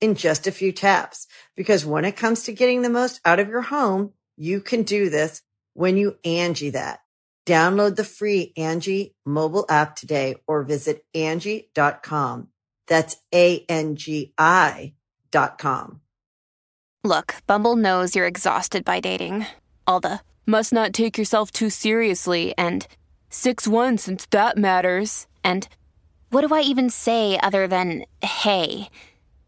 in just a few taps. Because when it comes to getting the most out of your home, you can do this when you Angie that. Download the free Angie mobile app today or visit Angie.com. That's A-N-G-I dot com. Look, Bumble knows you're exhausted by dating. All the must not take yourself too seriously and 6 1 since that matters. And what do I even say other than hey?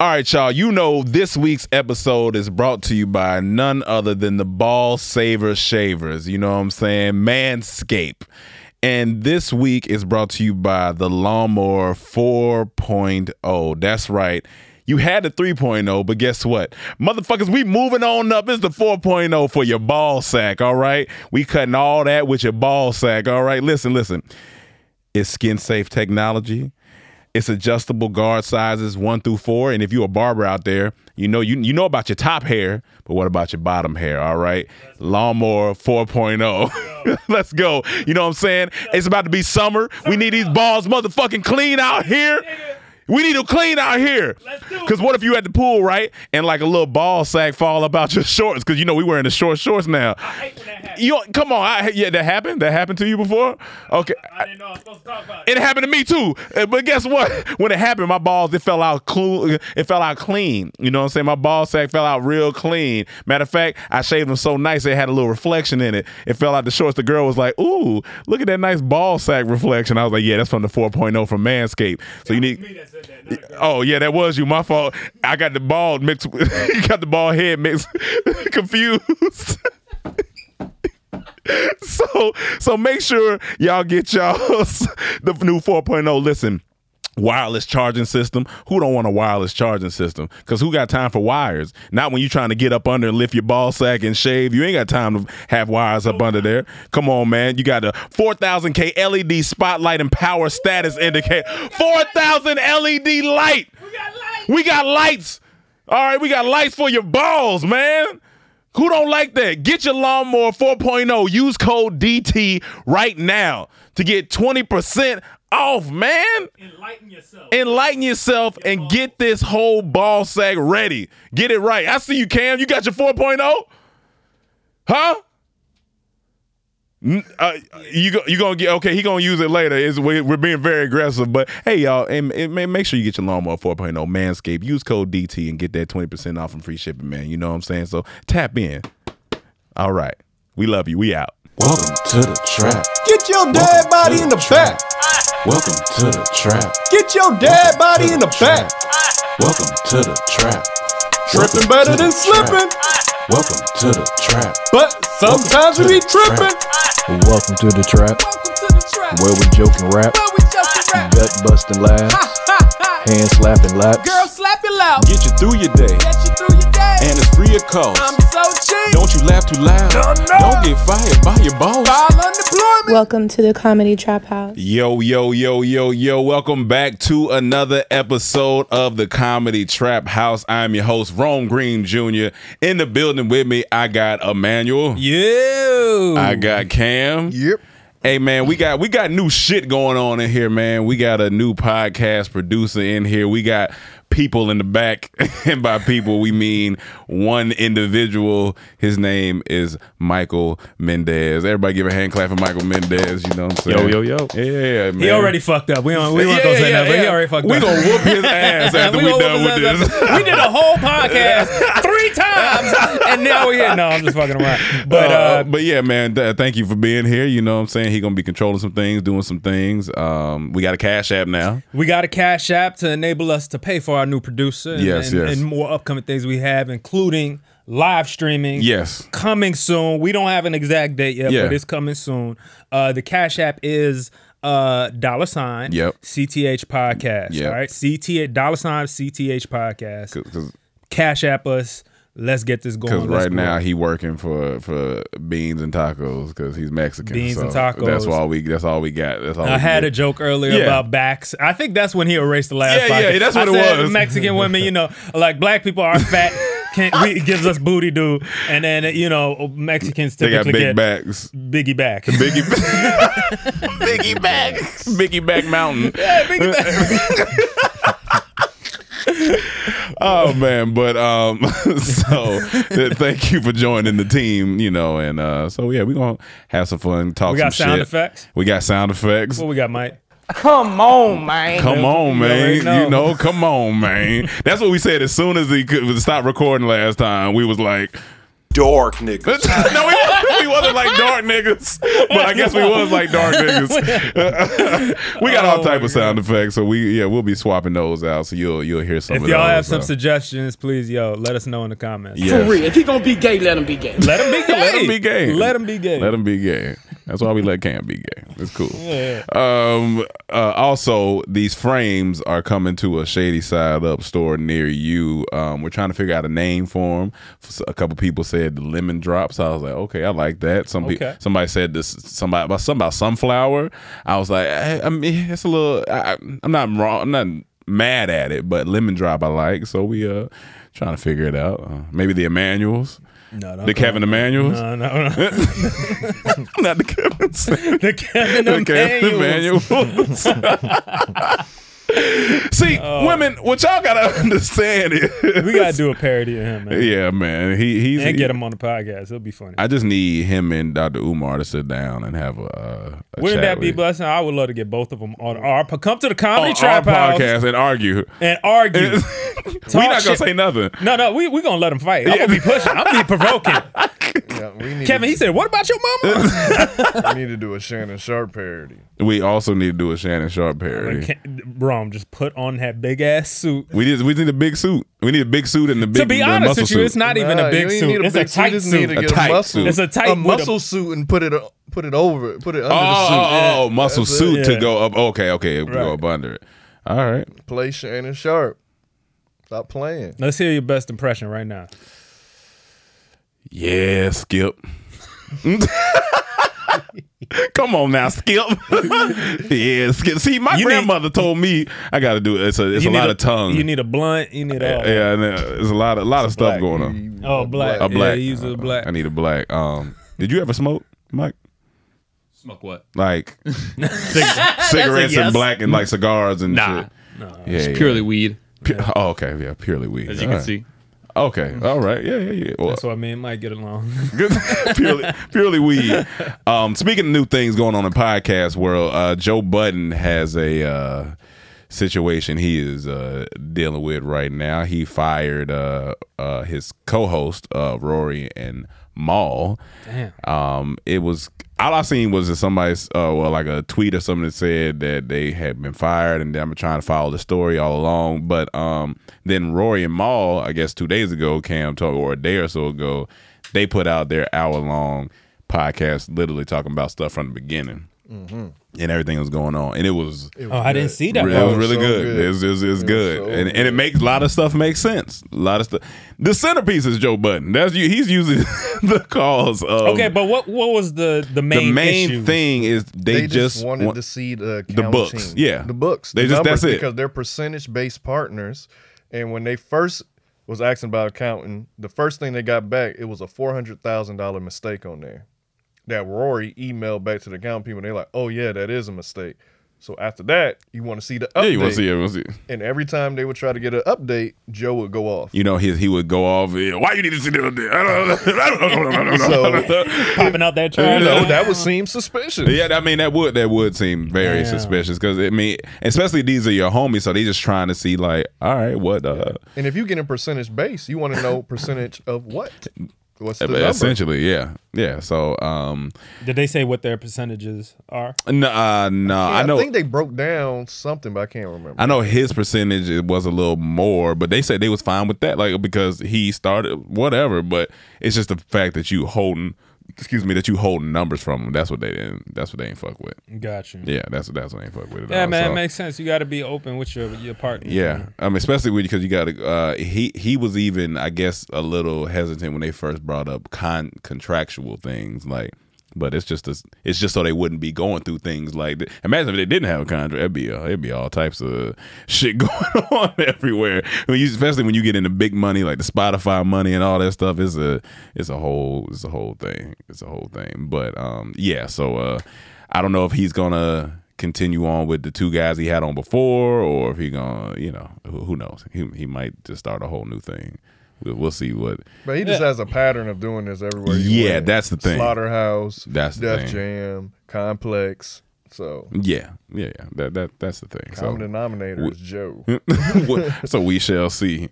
All right, y'all. You know this week's episode is brought to you by none other than the Ball Saver Shavers. You know what I'm saying? Manscape. And this week is brought to you by the Lawnmower 4.0. That's right. You had the 3.0, but guess what? Motherfuckers, we moving on up. It's the 4.0 for your ball sack, all right? We cutting all that with your ball sack, all right? Listen, listen. It's skin safe technology. It's adjustable guard sizes one through four. And if you're a barber out there, you know you you know about your top hair, but what about your bottom hair? All right, lawnmower 4.0. Let's go. You know what I'm saying? It's about to be summer. We need these balls motherfucking clean out here. We need them clean out here. Because what if you at the pool, right? And like a little ball sack fall about your shorts? Because you know we wearing the short shorts now. You don't- come on, I, yeah, that happened. That happened to you before? Okay, it happened to me too. Uh, But guess what? When it happened, my balls it fell out clu- uh, it fell out clean. You know what I'm saying? My ball sack fell out real clean. Matter of fact, I shaved them so nice it had a little reflection in it. It fell out the shorts. The girl was like, "Ooh, look at that nice ball sack reflection." I was like, "Yeah, that's from the 4.0 from Manscaped." So you need Oh yeah, that was you. My fault. I got the ball mixed. with- got the ball head mixed. confused. so so make sure y'all get y'all the new 4.0 listen wireless charging system who don't want a wireless charging system because who got time for wires not when you trying to get up under and lift your ball sack and shave you ain't got time to have wires up under there come on man you got a 4000k led E spotlight and power status indicator 4000 led E light we got lights all right we got lights for your balls man who don't like that? Get your lawnmower 4.0. Use code DT right now to get 20% off, man. Enlighten yourself. Enlighten yourself and get this whole ball sack ready. Get it right. I see you, Cam. You got your 4.0? Huh? N- Uh, you go, you gonna get okay? He gonna use it later. Is we're being very aggressive, but hey y'all, and, and ma- make sure you get your lawnmower 4.0 Manscaped. Use code DT and get that 20% off and free shipping, man. You know what I'm saying? So tap in. All right, we love you. We out. Welcome to the trap. Get your dead body in the back. Welcome to the trap. Get your dead body in the back. Welcome to the trap. Tripping better than slipping, Welcome to the trap. but sometimes we be tripping. Welcome to the trap, where we joke and rap, gut busting laughs, hand slapping laps. Get you through your day, and it's free of cost. so cheap. Don't too loud. Don't get fired by your boss. Welcome to the Comedy Trap House. Yo, yo, yo, yo, yo. Welcome back to another episode of the Comedy Trap House. I'm your host, Rome Green Jr. In the building with me, I got Emmanuel. You. I got Cam. Yep. Hey man, we got we got new shit going on in here, man. We got a new podcast producer in here. We got people in the back, and by people we mean one individual. His name is Michael Mendez. Everybody give a hand clap for Michael Mendez. You know what I'm saying? Yo, yo, yo. Yeah, man. He already fucked up. We don't. We weren't gonna say that, but he already fucked we up. gonna whoop his ass after we, gonna done whoop with his ass this. up. we did a whole podcast three times, and now we're here. No, I'm just fucking around. But Uh, uh, but yeah, man, th- thank you for being here. You know what I'm saying? He gonna be controlling some things, doing some things. Um, we got a cash app now. we got a cash app to enable us to pay for our new producer. And, Yes, and, yes. and more upcoming things we have, including live streaming. Yes. coming soon. We don't have an exact date yet, Yeah. but it's coming soon. Uh, the Cash App is uh dollar sign Yep. CTH podcast. Yep. All right. CTH dollar sign CTH podcast. Because Cash App us. Let's get this going. Let's right go. now he working for for beans and tacos because he's Mexican. Beans so and tacos. That's all we. That's all we got. That's all I we had get. a joke earlier Yeah. about backs. I think that's when he erased the last. Yeah, yeah, podcast. that's what I it said was. Mexican women, you know, like black people are fat. Can't, we, it gives us booty do, and then you know Mexicans They got typically big get backs. biggie back. Biggie, Biggie back, Biggie back mountain. Yeah, Biggie back. oh man, but um, so th- thank you for joining the team. You know, and uh, so yeah, we gonna have some fun. Talk. We got some sound shit. effects? We got sound effects. what we got, Mike? Come on, man. already know. You know, come on, man. That's what we said as soon as he could stop recording last time. We was like, Dark niggas. no, we wasn't, we wasn't like dark niggas, but I guess we was like dark niggas. we got all Oh, type my of sound effects, so we yeah we'll be swapping those out, so you'll you'll hear some. If of y'all those, have some uh, so. suggestions, please, yo, let us know in the comments. Yes. If he gonna be gay, let him be gay. Let him be gay. Let him be gay. Let him be gay. Let him be gay. That's why we let Cam be gay. It's cool. Um. uh, also, these frames are coming to a Shady Side Up store near you. Um. We're trying to figure out a name for them. A couple people said the lemon drops. I was like, okay, I like that. Some people. Okay. Somebody said this. Somebody about something about sunflower. I was like, eh, I, I mean, it's a little. I, I- I'm not wrong. I'm not mad at it, but lemon drop I like. So we uh trying to figure it out. Uh, maybe the Emmanuels. No, don't The Kevin Emanuels? No, no, no. Not the Kevin Samuels. the Kevin The Kevin Emanuel. Emanuels. See, women, what y'all gotta understand is, Oh. We gotta do a parody of him, man. yeah, man, he he's And get him on the podcast. It'll be funny. I just need him and Dr. Umar to sit down and have a. Uh, a Wouldn't chat that be with- blessing? I would love to get both of them on our come to the on comedy our trap house podcast and argue? and argue. we not Talk gonna shit. say nothing. No, no, we we gonna let him fight. I'm gonna be pushing. I'm gonna be provoking. Kevin, he said, "What about your mama?" I need to do a Shannon Sharp parody. We also need to do a Shannon Sharp Like, parody. can't- Bro, just put on that big ass suit. We need we need a big suit. We need a big suit and the big. to be the honest muscle with you, suit. it's not even Nah, a big you ain't suit. need a it's big a tight You just suit. need to get A tight a muscle. suit. It's a tight a with a- muscle suit and put it uh, put it over it. Put it under Oh, the suit. oh, oh, muscle suit Yeah. to go up. Okay, okay, go up under it. All right. Play Shannon Sharp. Stop playing. Let's hear your best impression right now. Yeah, Skip. Come on now, Skip. yeah, Skip. See, my You need- grandmother told me I got to do it. It's a it's a You need lot of tongue. You need a blunt. You need all. yeah, yeah, and, uh, there's a lot of lot of stuff going on. Oh, black. A black. Yeah, use a black. I need a black. Um, did you ever smoke, Mike? Smoke what? Like cig- cigarettes and black and like cigars and Nah. shit. Yeah, yeah. weed, Pu- oh, okay, yeah, purely weed. All right. Okay, all right, yeah, yeah, yeah. Well, That's why me and Mike get along. Good. purely, purely weed. Um, speaking of new things going on in podcast world, uh, Joe Budden has a uh, situation he is uh, dealing with right now. He fired uh, uh, his co-host uh, Rory and Maul. Damn. Um, it was all I seen was that somebody's uh, well, like a tweet or something that said that they had been fired, and I'm trying to follow the story all along. But um, then Rory and Maul, I guess two days ago, Cam told, or a day or so ago, they put out their hour long podcast, literally talking about stuff from the beginning. and everything was going on, and it was. Mm-hmm. It was Oh, I didn't good. see that It part. was really So good. good. It was, it was- it was good, and, and it makes a lot of stuff make sense. A lot of stuff. The centerpiece is Joe Button. That's you. He's usually the cause of. okay, but what what was the the main the main issue? thing is they, They just wanted want to see the the books. counting. Yeah, the books. They the just numbers, that's it. because they're percentage based partners. And when they first was asking about accounting, the first thing they got back it was a four hundred thousand dollar mistake on there. That Rory emailed back to the accounting people. and They're like, "Oh yeah, that is a mistake." So after that, you want to see the update. Yeah, you wanna see it, you wanna see it. And every time they would try to get an update, Joe would go off. you know, he he would go off. "Yeah, Why you need to see the? I don't know. so popping out that you know, that would seem suspicious. Yeah, I mean that would that would seem very Damn. suspicious because I mean, especially these are your homies, so they just trying to see like, all right, what uh, And if you get a percentage base, you want to know percentage of what? What's the number? e-, essentially, yeah, yeah. So um, Did they say what their percentages are? no, uh, no, Yeah, I know. I think they broke down something, but I can't remember. I know his percentage it was a little more, but they said they was fine with that, like because he started whatever. But it's just the fact that you holding, excuse me, that you holding numbers from them. That's what they didn't. That's what they ain't fuck with. Gotcha. Yeah, that's that's what they ain't fuck with. at Yeah, all, man, so- it makes sense. You got to be open with your your partner. Yeah, I mean, especially with because you got to. Uh, he he was even, I guess, a little hesitant when they first brought up con contractual things, like. But it's just this, it's just so they wouldn't be going through things like. That. Imagine if they didn't have a contract, it'd be uh, it'd be all types of shit going on everywhere. When you, especially when you get into big money like the Spotify money and all that stuff, it's a it's a whole it's a whole thing. It's a whole thing. But um, yeah. So uh, I don't know if he's gonna continue on with the two guys he had on before, or if he gonna, you know, who, who knows? He he might just start a whole new thing. We'll, we'll see what. But he just has a pattern of doing this everywhere. he Yeah, went. that's the thing. Slaughterhouse, That's the Death thing. Jam, Complex. So Yeah, yeah, yeah. That that that's the thing. Common denominator is Joe. so we shall see.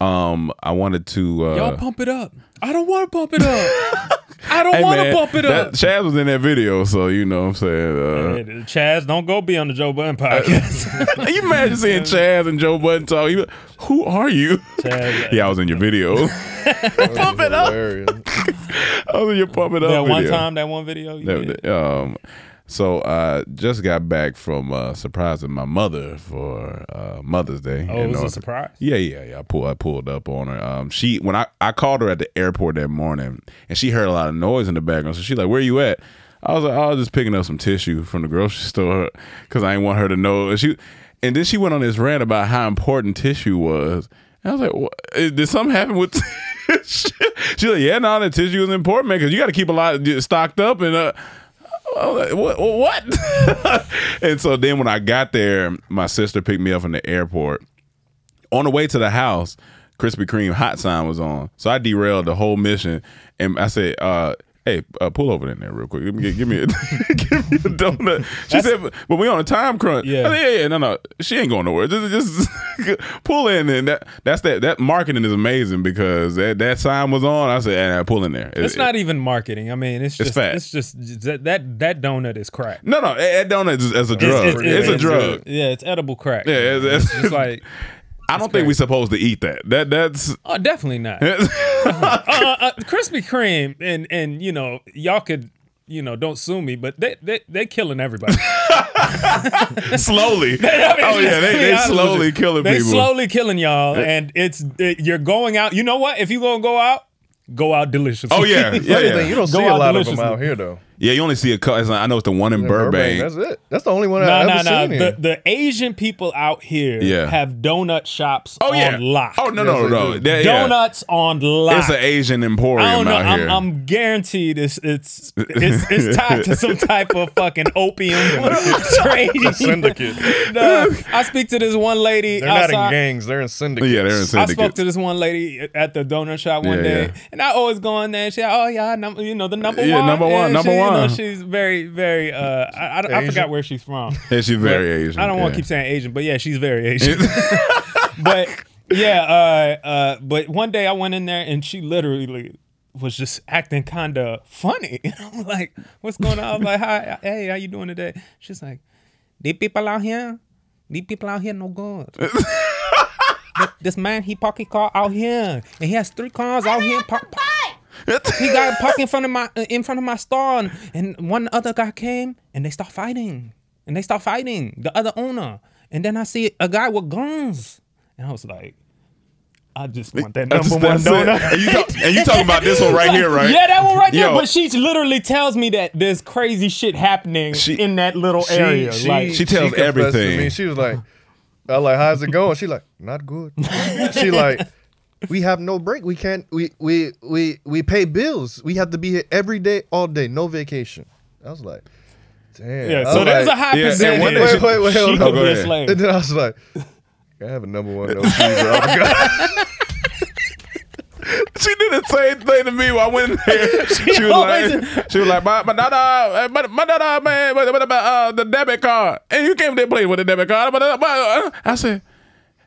Um, I wanted to. Uh, Y'all pump it up. I don't want to pump it up. I don't want to man, pump it that- up. Chaz was in that video, so you know what I'm saying. Uh, Yeah, Chaz, don't go be on the Joe Budden podcast. you imagine seeing Chaz and Joe Budden talk? You, who are you? yeah, I was in your video. pump it up. I was in your pump it up. That one video. time, that one video. you That- did. that- um, so uh, just got back from uh, surprising my mother for uh, Mother's Day. Oh, it And was a also- surprise? Yeah, yeah, yeah. I pulled, I pulled up on her. Um, she when I, I called her at the airport that morning, and she heard a lot of noise in the background. So she like, "Where you at?" I was like, "I was just picking up some tissue from the grocery store because I didn't want her to know." And she, and then she went on this rant about how important tissue was. And I was like, what? Eh, "Did something happen with?" tissue?" She's like, "Yeah, no, the tissue is important, man, because you got to keep a lot stocked up and." Uh, I was like, what? what? and so then when I got there, my sister picked me up from the airport. On the way to the house, Krispy Kreme hot sign was on, so I derailed the whole mission. And I said, uh, "Hey, uh, pull over in there real quick. Give me, give me, a, give me a donut." She said, "But- "But we on a time crunch." Yeah, said, yeah, yeah. No, no, she ain't going nowhere. Just, just pull in, and that that's that. That marketing is amazing because that that sign was on. I said, "And I pull in there." It's It- not even marketing. I mean, it's It's just fat. it's just that that, that donut is crack. No, no, that donut is, is a drug. It's, a drug. Yeah, it's edible crack. Yeah, it's, it's, it's- just like I don't think we're supposed to eat that. That that's oh, definitely not. uh, uh, uh, Krispy Kreme and and you know y'all could you know don't sue me, but they they they killing everybody. slowly. I mean, oh yeah, let's they, be they honest with slowly you. killing they people. slowly killing y'all, and it's it, you're going out. You know what? If you gonna go out, go out deliciously. Oh, yeah. Yeah, yeah. You don't Go see a out lot of them deliciously. out here though. yeah, you only see a couple. I know it's the one in Burbank. Burbank, That's it. That's the only one No, I've no, ever no. seen. The the Asian people out here Yeah. have donut shops Oh, yeah. on lock. Oh, no, no, Yes, they no. do. That- yeah. Donuts on lock. It's an Asian emporium I don't know. out I'm, here. I'm guaranteed it's it's it's, it's tied to some type of fucking opium trading Syndicate. No, I speak to this one lady They're outside. not in gangs. They're in syndicates. Yeah, they're in I syndicates. spoke to this one lady at the donut shop one Yeah, day, yeah. and I always go in there. and She, oh yeah, num- you know the number Yeah, one, number one, and number she, You know, one. she's very, very. Uh, I, I, I Asian? forgot where she's from. Yeah, she's very Asian, I don't want yeah. to keep saying Asian, but yeah, she's very Asian. but yeah, uh, uh, but one day I went in there and she literally was just acting kind of funny. And I'm like, what's going on? I was like, hi, hey, how you doing today? She's like, these people out here, these people out here no good. Th- this man, he pocket car out here, and he has three cars out here. Po- po- he got parked in front of my uh, in front of my stall, and, and one other guy came and they start fighting, and they start fighting the other owner, and then I see a guy with guns, and I was like. I just want that That's- number one that's it. donut. And you talk- and you talking about this one right here, right? Yeah, that one right there. Yo. But she literally tells me that there's crazy shit happening in that little She- area. she- like She tells confessed to everything. Me. She was like, I like, how's it going? She like, not good. she like, we have no break. We can't. We we we we pay bills. We have to be here every day, all day, no vacation. I was like, damn. Yeah, I so was there's like- a high Yeah, and percentage Wait, one that wait, she- wait, wait, she hold could on. be a slave. And then I was like, I have a number one no Oh cheeseburger. She did the same thing to me when I went in there. She, was like, she was like, my my dada, uh, my, my dada, man, what what about uh, the debit card? And you came to play with the debit card. But, uh, but, uh, I said,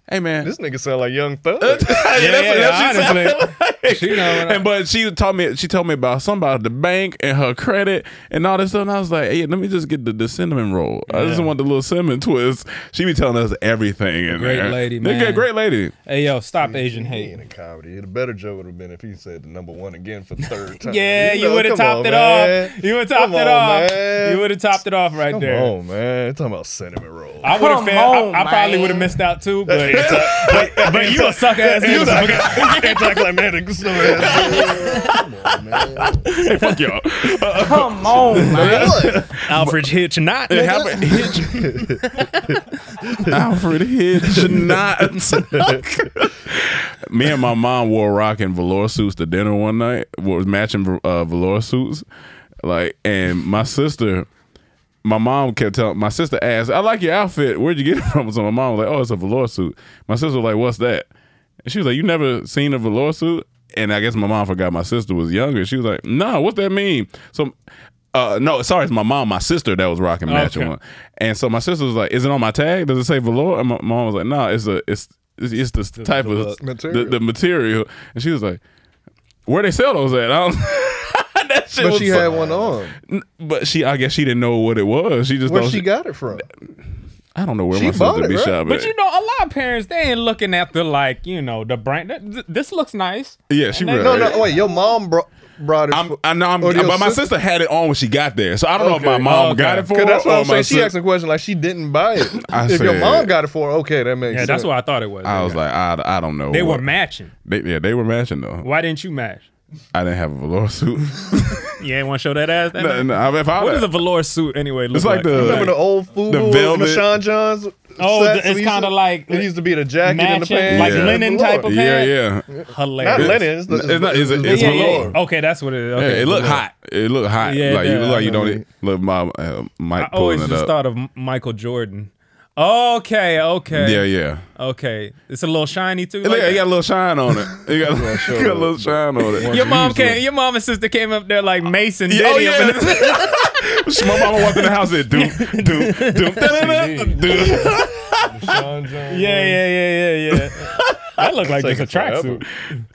hey man, this nigga sound like Young Thug. yeah, that's what- that's what she sounded like. She know what I- and but she told me she told me about something about the bank and her credit and all this stuff. And I was like, hey, let me just get the, the cinnamon roll. I just Yeah. want the little cinnamon twist. She be telling us everything. In Great there. lady, Nigga, man. Great lady. Hey yo, stop Asian hate. in a comedy. The better joke would have been if he said the number one again for the third time. Yeah, you know, would have come topped on, it man. off. You would have Come topped it on, off. man. You would have topped it off right Come there. on, man. They're talking about cinnamon rolls. I would have Come failed. on, I, I probably man. would have missed out too, but but, but you a sucker ass You nigga. talk like man. it's so bad. Hey, fuck y'all. Come on, man. Alfred Hitch not. It nigga. happened. Hitch- Alfred Hitch not. Me and my mom wore rocking velour suits to dinner one night. Was matching uh, velour suits, like, and my sister. My mom kept telling my sister asked, "I like your outfit. Where'd you get it from?" So my mom was like, "Oh, it's a velour suit." My sister was like, "What's that?" And she was like, "You never seen a velour suit?" And I guess my mom forgot my sister was younger. She was like, "No, what's that mean?" So, uh, no, sorry, it's my mom, my sister that was rocking matching Okay. one. And so my sister was like, "Is it on my tag? Does it say velour?" And my my mom was like, "No, it's a it's it's, it's the, type the of material. The, the material." And she was like, "Where they sell those at?" I don't. that shit But was she so- had one on. N- But she, I guess she didn't know what it was. She just Where thought she got it from? I don't know where she my bought sister it, be right? shopping. But you know, a lot of parents they ain't looking at the like, you know, the brand. th- th- This looks nice. yeah, she And they- really. No, no. Wait, your mom brought brought it. I'm, I know, I'm, Or your but my sister- sister had it on when she got there, so I don't know if my Okay. mom Okay. got it for her. Cause that's what or I'm Oh, my saying. She sis- asked a question like she didn't buy it. I if your said- mom got it for her, okay, that makes Yeah, sense. that's what I thought it was. I was like, I, I don't know. they were what- matching. They, yeah, they were matching though. Why didn't you match? I didn't have a velour suit. You ain't want to show that ass. That No, night? no, I mean, if I what would've- does a velour suit anyway? Look It's like the- Remember the old food The the velvet- Mashawn Johns? Oh, the- sets it's we used to- kinda like- it used to be the jacket and the matching, pants, like and the linen velour. type of yeah, pants? yeah. hilarious. Not linen. It's, the, It's not- it's a- Yeah, it's yeah, Oh. velour. yeah. Okay, that's what it is. Okay, Yeah, it looked velour. hot. It looked hot. Yeah, it like you does. look like you don't I eat. Look, my uh, Mike I always pulling it just up. thought of M- Michael Jordan. Okay, okay. Yeah, yeah. Okay, it's a little shiny too. It, like look, it that? got a little shine on it. It got, it got a little shine on it. your mom came. Your mom and sister came up there like Mason. Yeah, Diddy oh up in the- yeah. my mama walked in the house and said, doom, doom, doom, da-da-da, doom. Mashawn Johns. Yeah, yeah, yeah, yeah, yeah. that looked like Take just a it forever. tracksuit.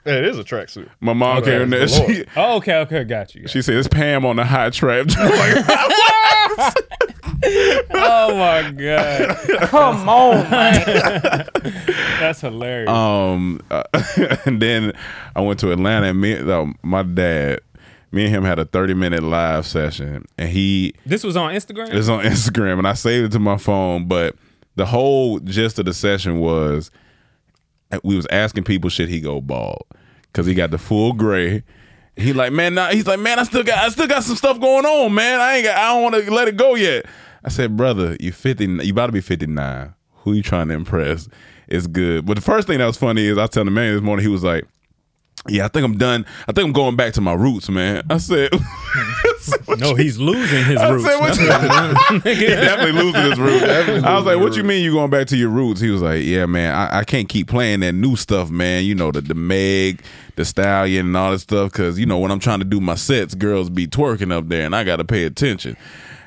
Yeah, it is a tracksuit. My mom came in there. Velour. She, Oh, okay, okay, got you. got she said, "It's Pam on the hot trap." Like, you. oh my god, Come on, man. that's hilarious. Um, uh, and then I went to Atlanta, and me, uh, my dad, me and him had a thirty-minute live session, and he this was on Instagram. it's on Instagram, and I saved it to my phone. But the whole gist of the session was we was asking people, should he go bald? Because he got the full gray. He like, man, nah, he's like, man, I still got, I still got some stuff going on, man. I ain't, got, I don't want to let it go yet. I said, brother, you fifty, you about to be fifty nine. Who you trying to impress? It's good. But the first thing that was funny is I was telling the man this morning, he was like, yeah, I think I'm done. I think I'm going back to my roots, man. I said, no, he's losing his I roots. said, what you- he definitely losing his roots. I was like, what you mean you going back to your roots? He was like, yeah, man, I, I can't keep playing that new stuff, man. You know, the, the Meg, the Stallion, and all that stuff. Cause, you know, when I'm trying to do my sets, girls be twerking up there and I got to pay attention.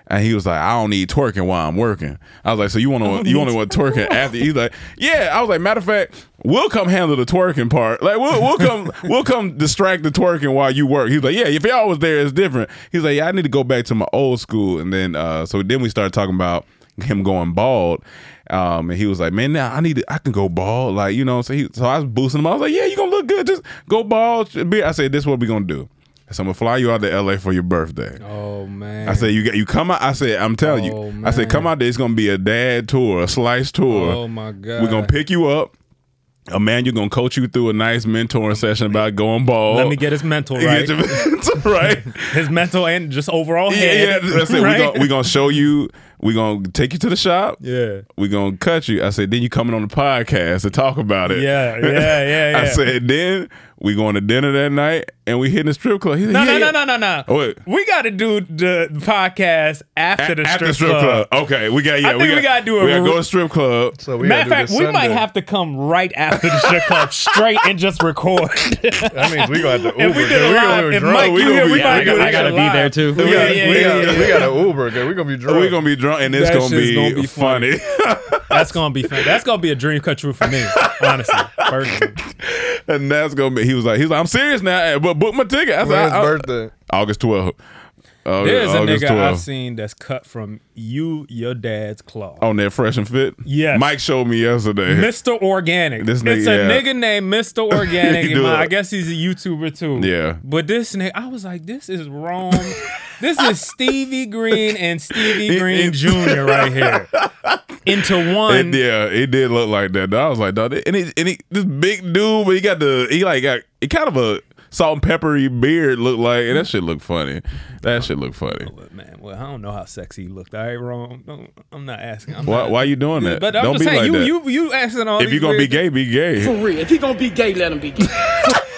And he was like, I don't need twerking while I'm working. I was like, so you want to, you only want twerking after? He's like, yeah. I was like, matter of fact, we'll come handle the twerking part. Like, we'll, we'll come, we'll come distract the twerking while you work. He's like, yeah. If y'all was there, it's different. He's like, yeah, I need to go back to my old school. And then, uh, so then we started talking about him going bald. Um, and he was like, man, now I need to, I can go bald. Like, you know, so he, so I was boosting him. I was like, yeah, you gonna look good. Just go bald. Be- I said, this is what we gonna do. So I'm gonna fly you out to LA for your birthday. Oh man. I said you got you come out. I said I'm telling Oh, you. I said come out there. It's gonna be a dad tour, a slice tour. Oh, my God. We're gonna pick you up. A man, you're gonna coach you through a nice mentoring session about going bald. Let me get his mental right. Get your mental right. his mental and just overall yeah, yeah. head. That's it. We're gonna we gonna show you. We're gonna take you to the shop. Yeah. We're gonna cut you. I said, then you coming on the podcast to talk about it. Yeah, yeah, yeah, I yeah. said, then we going to dinner that night and we hitting the strip club. He said, No, yeah, no, yeah. no, no, no, no. Oh, wait. We got to do the podcast after the After strip, club. Okay, we got. I Yeah, think we gotta do a We gotta re- go to strip club. So Matter of fact, we might have to come right after the strip club straight and just record. That means we gonna have to Uber. If we did a live, if Mike, you here, we might do I that shit live. We Yeah, gotta- yeah, we yeah, gotta- yeah. We got to Uber. We're gonna be drunk. We're gonna be drunk and it's That gonna shit's be, gonna be funny. That's gonna be fun. That's gonna be a dream come true for me, honestly. personally. and that's gonna be. He was like, he was like, I'm serious now, but book my ticket. I said, When's I- I- birthday? August 12th. August, There's a August nigga 12th. I've seen that's cut from you, your dad's claw. on that Oh, fresh and fit. Yes. Mike showed me yesterday. Mr. Organic. This it's nigga, a yeah. nigga named Mr. Organic. He and do my- it. I guess he's a YouTuber too. Yeah. But this nigga, I was like, this is wrong. this is Stevie Green and Stevie Green Jr. right here. Into one. It- yeah, it did look like that. dog. I was like, dog, and he, and he, this big dude, but he got the, he like got, he kind of a salt and peppery beard looked like, and that shit looked funny. That shit looked funny. But man, well, I don't know how sexy he looked. All right, wrong. Don't, I'm not asking. I'm Why, not- why you doing that? But I'm Don't just be saying, like you, that. you, you asking all if these you're gonna be weird- gay, be For gay. real. If he gonna be gay, let him be gay.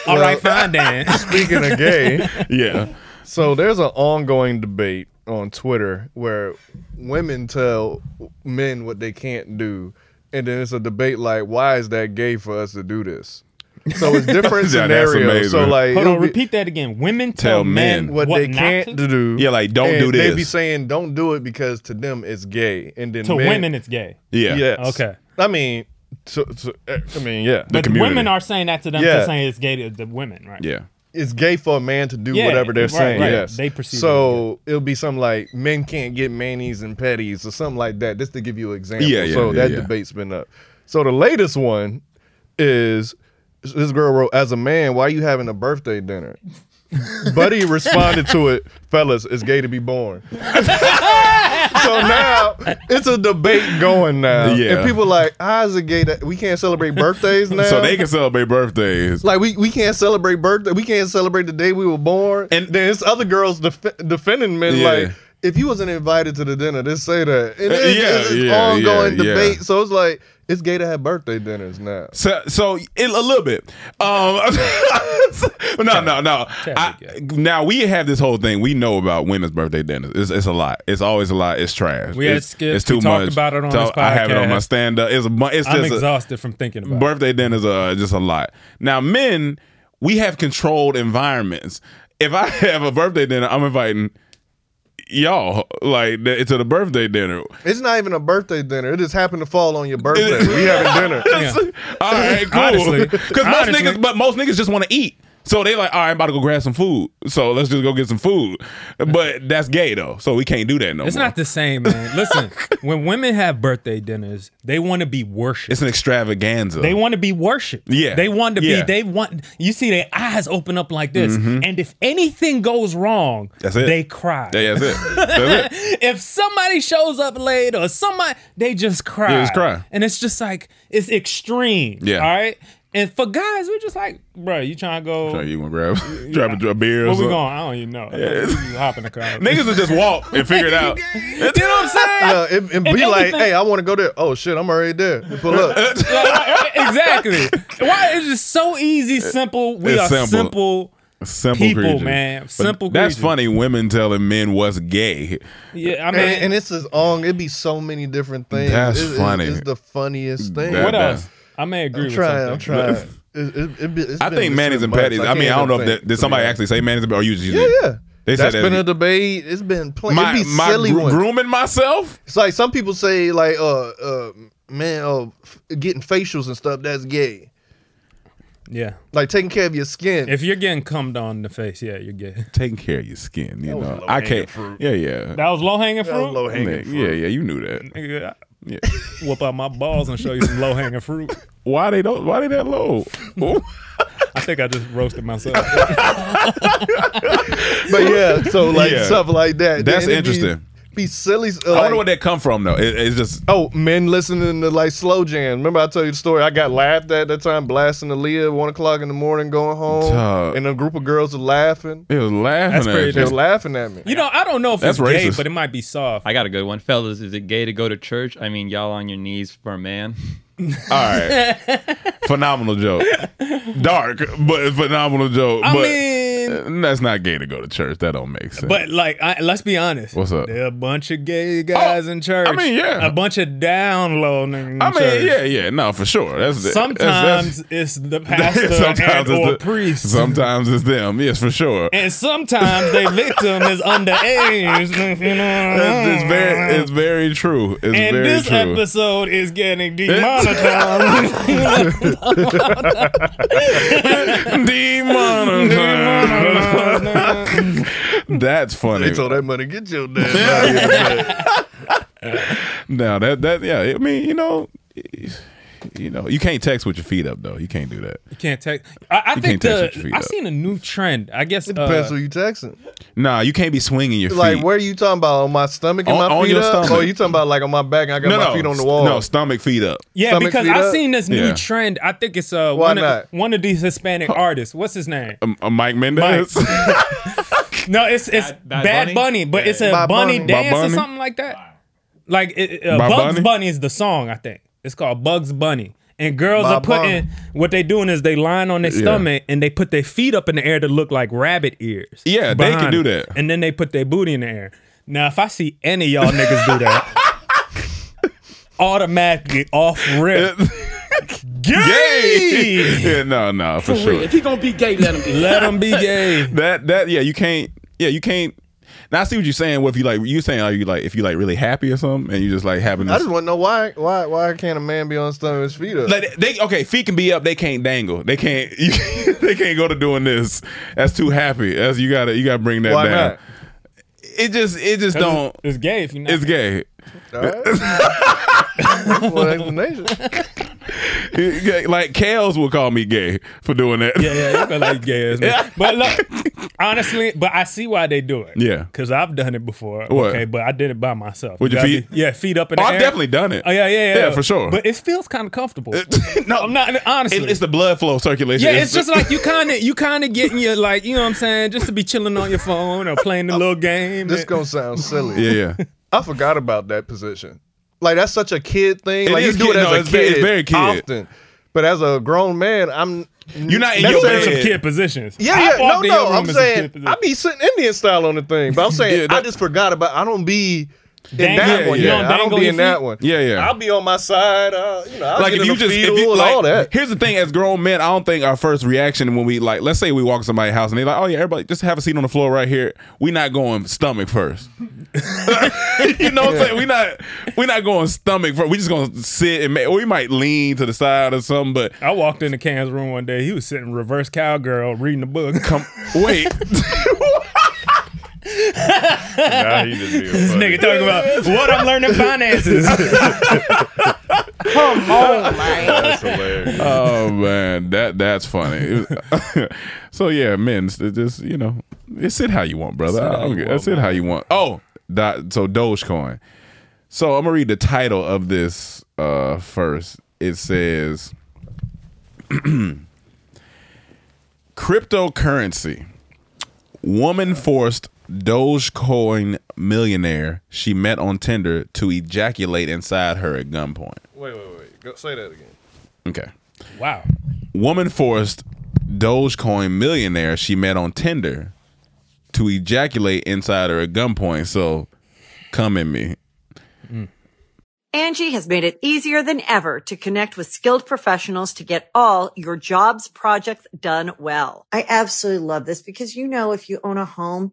All right, fine, Dan. Speaking of gay, yeah. so there's an ongoing debate on Twitter where women tell men what they can't do, and then it's a debate like, why is that gay for us to do this? So it's different Yeah, that's scenarios. So amazing. like, Hold it'll on, be- repeat that again. Women tell, Tell men men what, they not can't to- do. Yeah, like, don't do and They be this. saying don't do it because to them it's gay, and then To men- women, it's gay. Yeah. Yes. Okay. I mean, to, to, I mean, yeah. But community. women are saying that to them. Yeah. They're saying it's gay to the women, right? Yeah. it's gay for a man to do Yeah, whatever they're right, saying. right. Yes, They perceive it So it'll be something like men can't get manis and petties or something like that. Just to give you an example. Yeah, yeah, so yeah, that yeah. debate's been up. So the latest one is this girl wrote, "As a man, why you having a birthday dinner?" Buddy responded to it, "Fellas, it's gay to be born." so now it's a debate going now, Yeah. and people like, "How's it gay that we can't celebrate birthdays now?" So they can celebrate birthdays. Like we, we can't celebrate birthday. We can't celebrate the day we were born. And then it's other girls def- defending men. Yeah. Uh, Like if you wasn't invited to the dinner, just say that. And it's, Yeah, it's, it's yeah, ongoing yeah, yeah. debate. So it's like it's gay to have birthday dinners now. So, so it, a little bit. Um, no, no, no. I, now we have this whole thing. We know about women's birthday dinners. It's, it's a lot. It's always a lot. It's trash. We had it's, Skip. We talked about it on this I have it on my podcast. stand up. It's a. bu- It's just I'm a- exhausted from thinking about birthday dinners are just a lot. Now, men, we have controlled environments. If I have a birthday dinner, I'm inviting y'all like th- to the birthday dinner. It's not even a birthday dinner. It just happened to fall on your birthday. we having dinner. All right, cool. Honestly. Because most Honestly. niggas, but most niggas just want to eat. So they like, all right, I'm about to go grab some food. So let's just go get some food. But that's gay though, so we can't do that no it. It's more. not the same, man. Listen, when women have birthday dinners, they want to be worshipped. it's an extravaganza. They want to be worshipped. Yeah. They want to Yeah. Mm-hmm. be, they want, you see their eyes open up like this. And if anything goes wrong, That's it. they cry. yeah, that's it. That's it. if somebody shows up late or somebody, they just cry. They just cry. And it's just like, it's extreme. Yeah. All right. And for guys, we're just like, bro, you trying to go. So you want to grab, grab a, a beer? or Where we something? going? I don't even know. You hop in the car. Niggas will just walk and figure it out. you know what I'm saying? No, uh, it, it be If like, anything- hey, I want to go there. Oh shit, I'm already there. Pull up. Like, right, right, exactly. Why it's just so easy, simple. We It's are simple. simple. Simple People, creatures. man. But Simple That's creatures. funny. Women telling men what's gay. Yeah, I And, mean, and it's just on. It'd be so many different things. That's It- it- funny. It's the funniest thing. That- what that- else? I may agree I'm with trying. I'm something. trying. It- it- it be- it's I been think this Manny's shit and months. Patties. I, can't mean, I don't even know if that, think, did to somebody be honest. actually say Manny's and Patties? Or Oh, you just Yeah, They yeah. said That's that been a debate. It's been plenty. my, it'd be my silly gro- ones. grooming myself. It's like some people say, like, uh, uh, man, uh, f- getting facials and stuff. That's gay. Yeah. Like taking care of your skin. If you're getting cummed on the face, yeah, you're gay. Taking care of your skin, you was know. I low-hanging can't. fruit. Yeah, yeah. That was low hanging That was fruat. low hanging. Nigga, yeah, yeah. You knew that. Nigga, I Yeah. Whoop out my balls and show you some low hanging fruit. Why they don't? Why they that low? think I just roasted myself. but yeah, so like Yeah. stuff like that. That's Then it'd be- interesting. Be, silly. I uh, wonder like- where that come from though. It, it's just Oh, men listening to like slow jam. Remember I tell you the story? I got laughed at that time, blasting Aaliyah at one o'clock in the morning, going home, Dog. and a group of girls are laughing. it was laughing. That's at pretty you. They was laughing at me. You know, I don't know if That's it's gay, racist. but it might be soft. I got a good one, fellas. Is it gay to go to church? I mean, y'all on your knees for a man. All right. phenomenal joke. Dark, but phenomenal joke. I but mean- Uh, that's not gay to go to church. That don't make sense. But like, I, let's be honest. What's up? Oh, There are a bunch of gay guys in church. I mean, yeah. a bunch of down low niggas. in I mean, church. yeah, yeah, no, for sure. That's that's- Sometimes it's the pastor and or the- priest. Sometimes it's them. Yes, for sure. and sometimes their victim is underage. You know, It's, it's very, it's very true. It's uh, and very this true. episode is getting demonetized. Demonetized. That's funny. They told that money get your damn body out of bed. No, that that yeah. I mean, you know, you know, you can't text with your feet up though. You can't do that. you can't take. I, I You think can't text with your the, feet I up. seen a new trend. I guess uh, Depends who you texting. Nah, you can't be swinging your Like, feet. where are you talking about? On my stomach and On- my on feet your up? stomach. Or you talking about like on my back and I got no, my no, feet on the st- wall? No, stomach feet up. Yeah, Stomach because feet I up? seen this new Yeah. trend. I think it's uh Why one of, not? one of these Hispanic artists. What's his name? Um, uh, Mike Mendez. No, it's it's Bad, Bad- Bad Bunny? Bunny? but Yeah. it's a Bad bunny, Bunny. dance Bad Bunny? or something like that. Like it, uh, Bad Bugs Bunny? Bunny? is the song, I think. It's called Bugs Bunny. And girls Bad are putting Bunny. what they doing is they lying on their Yeah. stomach and they put their feet up in the air to look like rabbit ears. Yeah, they can behind do them. that. And then they put their booty in the air. Now, if I see any of y'all niggas do that, automatically off rip. Gay. Gay! yeah, no, no, for, For sure. real. If he gonna be gay, let him be. Let them be gay. that that yeah, you can't. Yeah, you can't. Now I see what you're saying. What if you like? You saying are you like if you like really happy or something, and you just like happy? I just want to know why why why can't a man be on his stomach with his feet up? Like they okay, feet can be up. They can't dangle. They can't. You, they can't go to doing this. That's too happy. That's you gotta. You gotta bring that Why down. not? It just. It just don't. It's gay if you not. It's gay. All right. Well, explanation. It- gay- like Kales will call me gay for doing that. Yeah, yeah, you feel like gay ass nigga. But look, honestly, but I see why they do it. Yeah. Cause I've done it before. What? Okay, but I did it by myself. With You your gotta feet? be- yeah, feet up in Oh, the I've air. definitely done it. Oh yeah, yeah, yeah. Yeah, for sure. But it feels kind of comfortable. no, I'm not honestly. It- it's the blood flow circulation. yeah, it's just like you kind of you kind of getting your like you know what I'm saying just to be chilling on your phone or playing the little game. This Just gonna sound silly. Yeah, yeah. I forgot about that position. Like that's such a kid thing. It like you is do kid- it as no, a it's ve- kid, it's very kid. often. But as a grown man, I'm You're not in That's your saying- bed. some kid positions. yeah, I yeah, no, walked in your no. room I'm in some kid saying positions. I be sitting Indian style on the thing, but I'm saying Yeah, I that- just forgot about. I don't be in Dangle. that Yeah, yeah. one. Yeah, You don't I don't dangle be your in that feet? one. Yeah, yeah. I'll be on my side. Uh, you know, I'll like get if in you the just if fetal you and like all that. here's the thing as grown men I don't think our first reaction when we like let's say we walk to somebody's house and they like oh yeah everybody just have a seat on the floor right here we not going stomach first you know what I'm saying we not we not going stomach first we just gonna sit and ma- we might lean to the side or something but I walked into Cam's room one day. He was sitting reverse cowgirl reading a book. come wait Nah, he just be This nigga talking about what I'm learning finances. Come Oh on, That's hilarious. oh man that that's funny so yeah men it's just you know it's it how you want brother I don't get- that's it how you want oh dot, so dogecoin so i'm gonna read the title of this uh first it says cryptocurrency woman forced dogecoin millionaire she met on tinder to ejaculate inside her at gunpoint wait, wait, wait. Go, say that again. okay Wow. Woman forced Dogecoin millionaire she met on Tinder to ejaculate inside her at gunpoint. So come in me. Angie has made it easier than ever to connect with skilled professionals to get all your jobs projects done well. I absolutely love this because, you know, if you own a home,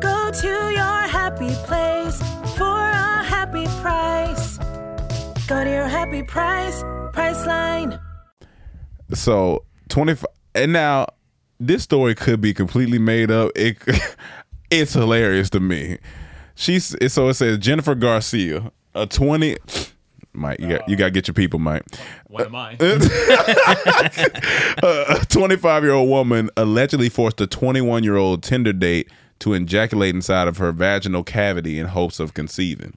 Go to your happy place for a happy price. Go to your happy price, Priceline. So twenty five, and now this story could be completely made up. It it's hilarious to me. She's so it says Jennifer Garcia, a twenty. Mike, you got you got to get your people, Mike. What am I? a 25 year old woman allegedly forced a 21 year old Tinder date to ejaculate inside of her vaginal cavity in hopes of conceiving.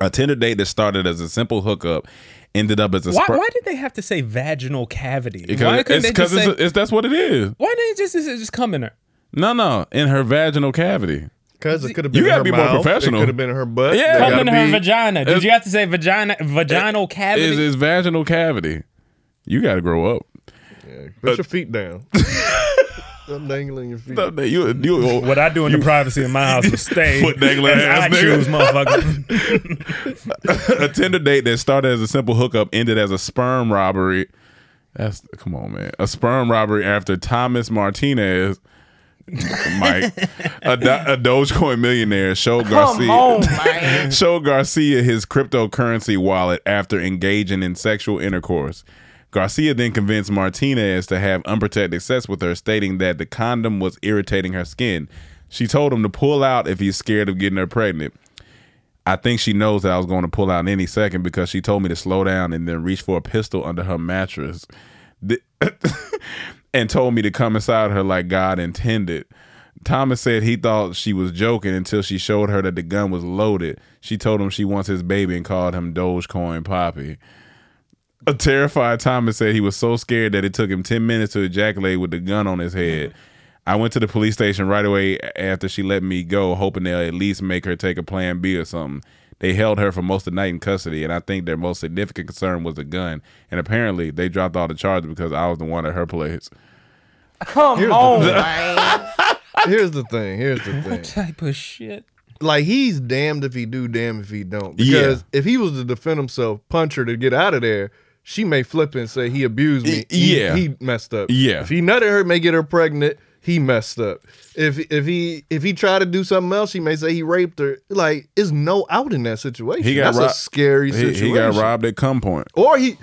A Tinder date that started as a simple hookup ended up as a Why, spur- why did they have to say vaginal cavity? Because Why couldn't it's they 'cause just it's- say- it's- that's what it is. Why didn't it just, it just come in her? No, no, in her vaginal cavity. Because it could have been You in gotta her be mouth. more professional. It could have been her butt. Yeah. They Come gotta in her be- vagina. Did you have to say vagina vaginal cavity? Is his vaginal cavity? You got to grow up. Put your feet down. I'm dangling your feet. Stop that. You, you, what I do in the privacy of my house is stay. Foot dangling as ass I nigga. choose, motherfucker. a Tinder date that started as a simple hookup ended as a sperm robbery. That's come on, man. A sperm robbery after Thomas Martinez, Mike, a, Do- a Dogecoin millionaire, showed Garcia, on, showed Garcia his cryptocurrency wallet after engaging in sexual intercourse. Garcia then convinced Martinez to have unprotected sex with her, stating that the condom was irritating her skin. She told him to pull out if he's scared of getting her pregnant. I think she knows that I was going to pull out any second because she told me to slow down and then reach for a pistol under her mattress Th- and told me to come inside her like God intended. Thomas said he thought she was joking until she showed her that the gun was loaded. She told him she wants his baby and called him Dogecoin Poppy. A terrified Thomas said he was so scared that it took him 10 minutes to ejaculate with the gun on his head. I went to the police station right away after she let me go, hoping they'll at least make her take a plan B or something. They held her for most of the night in custody, and I think their most significant concern was the gun. And apparently, they dropped all the charges because I was the one at her place. Come Here's the- on, the- man. Here's the thing. Here's the thing. type of shit? Like he's damned if he do, damned if he don't. Yeah. Because if he was to defend himself, punch her to get out of there, she may flip and say he abused me. He- yeah. he, messed up. Yeah. if he nutted her, may get her pregnant. He messed up. If if he if he tried to do something else, he may say he raped her. Like, it's no out in that situation. He got That's robbed. a scary He- situation. He got robbed at gunpoint. Or he.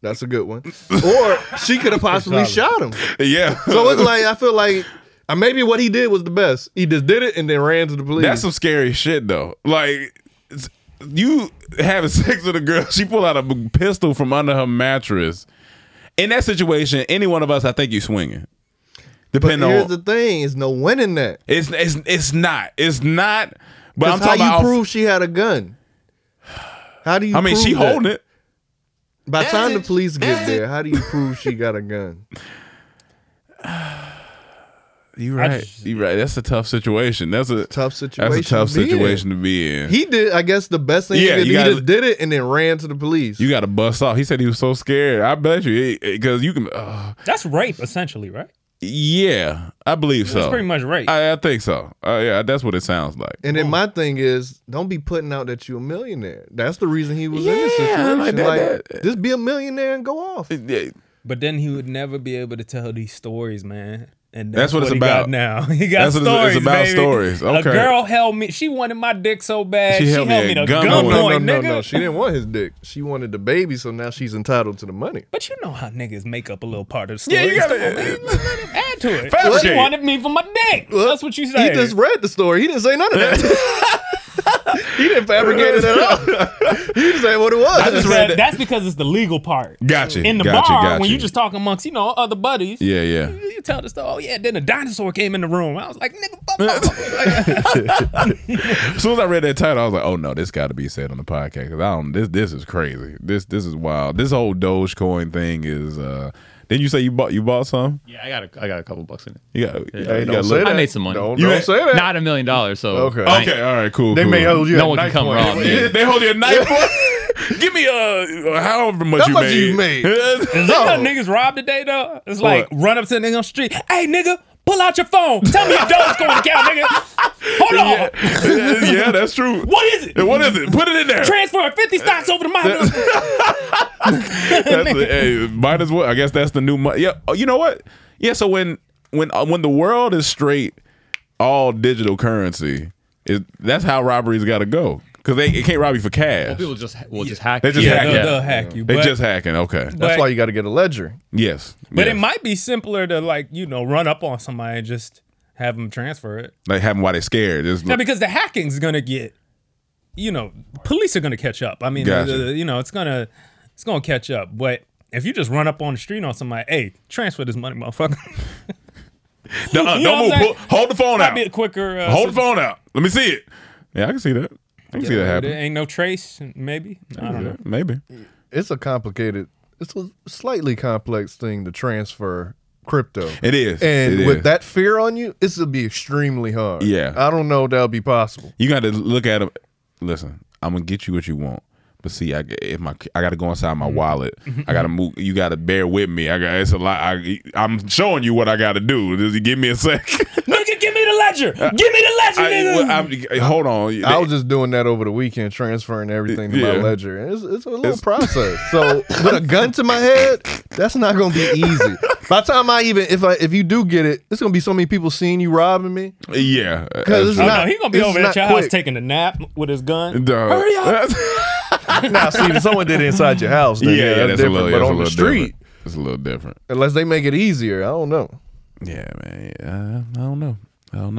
That's a good one. Or she could have possibly shot him. Yeah. So it's like I feel like uh, maybe what he did was the best. He just did it and then ran to the police. That's some scary shit though. Like it's- you having sex with a girl, she pulled out a pistol from under her mattress. In that situation, any one of us, I think you swinging. but Depending here's on the thing: is no winning that. it's it's it's not it's not. But I'm 'Cause talking how you about prove she had a gun. How do you? I mean, prove she that? holding it. By the time the police get there, how do you prove she got a gun? You right. You right. That's a tough situation. That's a tough That's a situation tough to be in. situation to be in. He did, I guess, the best thing. Yeah, he you did. He gotta- just did it and then ran to the police. you got to bust off. He said he was so scared. I bet you because you can. Uh, That's rape, essentially, right? yeah, I believe so. That's pretty much rape. I, I think so. Uh, yeah, that's what it sounds like. And then my thing is, don't be putting out that you're a millionaire. That's the reason he was in this Yeah, situation. like Like, that- just be a millionaire and go off. But then he would never be able to tell these stories, man. And That's that's, what it's he about. got now. He got That's what it's- stories. it's about baby. stories. Okay. A girl held me. She wanted my dick so bad. She, held, me at to gunpoint. gunpoint, No, no, nigga. no, no. She didn't want his dick. She wanted the baby, so now she's entitled to the money. But you know how niggas make up a little part of the story. Yeah, you gotta- Come on, man. Let- let him add to it. Fabricate. She wanted me for my dick. That's what you He said. just read the story. He didn't say none of that. He didn't fabricate it at all. he just said what it was. I just read That's because it's the legal part. Gotcha. In the gotcha, bar, gotcha. when you just talk amongst, you know, other buddies, Yeah, yeah. you tell the story. Oh yeah, then a dinosaur came in the room. I was like, nigga, As soon as I read that title, I was like, "Oh no, this got to be said on the podcast." 'cause I don't. This this is crazy. This this is wild. This whole Dogecoin thing is. uh Didn't you say you bought you bought some? Yeah, I got a, I got a couple bucks in it. You got. Yeah. you got a I little- made some money. Don't- You don't had- say that. Not a million dollars. So Okay. I ain't- Okay. All right. Cool. They cool. Oh, may hold you No at one can knife come point. wrong, man. They hold you a knife point. Give me a however much How you much made. you made? Is that what niggas robbed today though? It's like run up to a nigga on the street. Hey nigga, pull out your phone. Tell me your doge's going to count, nigga. Hold on. yeah, that's true. What is it? What is it? Put it in there. Transfer 50 stocks over to my That's the- hey, might as well. I guess that's the new money. Yeah. Oh, you know what? Yeah. So when when uh, when the world is straight, all digital currency is that's how robberies got to go because they it can't rob you for cash. people just will just hack. They just yeah, hack they'll- you. they'll hack you, They but- just hacking. Okay. That's why you got to get a ledger. Yes. But yes. it might be simpler to like, you know, run up on somebody and just have them transfer it. like having why they scared. Just Yeah, because the hacking's gonna get, you know, police are gonna catch up. I mean, Gotcha. the- you know, it's gonna it's gonna catch up. But if you just run up on the street on somebody, hey, transfer this money, motherfucker. Nuh-uh, You know don't what I'm move. saying? Pull- hold the phone Might out. be a quicker. Uh, Hold the sit- phone out. Let me see it. Yeah, I can see that. I can see that Yeah, happen. there Ain't no trace, maybe. I don't know. Maybe. It's a complicated, it's a slightly complex thing to transfer crypto. It is. And It with is. that fear on you, this will be extremely hard. Yeah. I don't know that'll be possible. You got to look at them. Listen, I'm gonna get you what you want, but see, I if my I got to go inside my wallet. I got to move. You got to bear with me. I got it's a lot. I, I'm showing you what I got to do. Just give me a sec. nigga, give me the ledger. Give me the ledger, Uh, I- nigga. well, I'm- hold on. I was just doing that over the weekend, transferring everything to Yeah. my ledger. And It's, it's a little process. So with a gun to my head, that's not gonna be easy. By the time I even if I if you do get it, it's gonna be so many people seeing you robbing me. Yeah, Cause it's oh, no, not- he gonna be it's over at not your house quick. taking a nap with his gun. Duh. Hurry up! now, see, if someone did it inside your house, yeah, then yeah, yeah, that's, that's a different. little. but that's a on the little street, different. It's a little different. unless they make it easier, I don't know. Yeah, man. Yeah, I, I don't know. I don't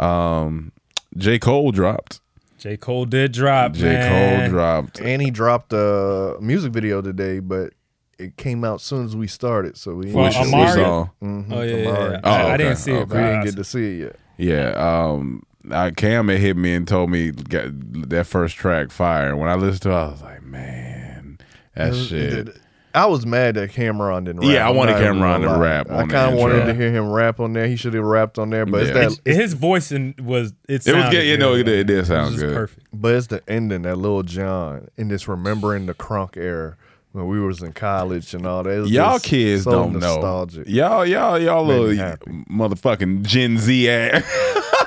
know. Um, J Cole dropped. J Cole did drop. J Cole man. dropped. And he dropped a music video today, but it came out soon as we started, so we For didn't get to see Amari? it. song? Mhm, Oh, yeah, yeah, Amari. yeah. I- I didn't see it, We but I- didn't get to see it yet. Yeah. Um, I, Cam had hit me and told me got, that first track fire. And when I listened to it, I was like, man, that It was- shit. it- I was mad that Cameron didn't rap. Yeah, I I'm wanted not even Cameron gonna to lie. rap I on the kind of wanted intro. to hear him rap on there. He should have rapped on there, but Yeah. it's that. His- His voice and was it. It was sounded good. You know, it, did- it did sound was good. perfect. But it's the ending that Lil John and this remembering the crunk era when we was in college and all that. It was Y'all just kids so don't nostalgic. know. Y'all, y'all, y'all Made me little motherfucking Gen Z ass.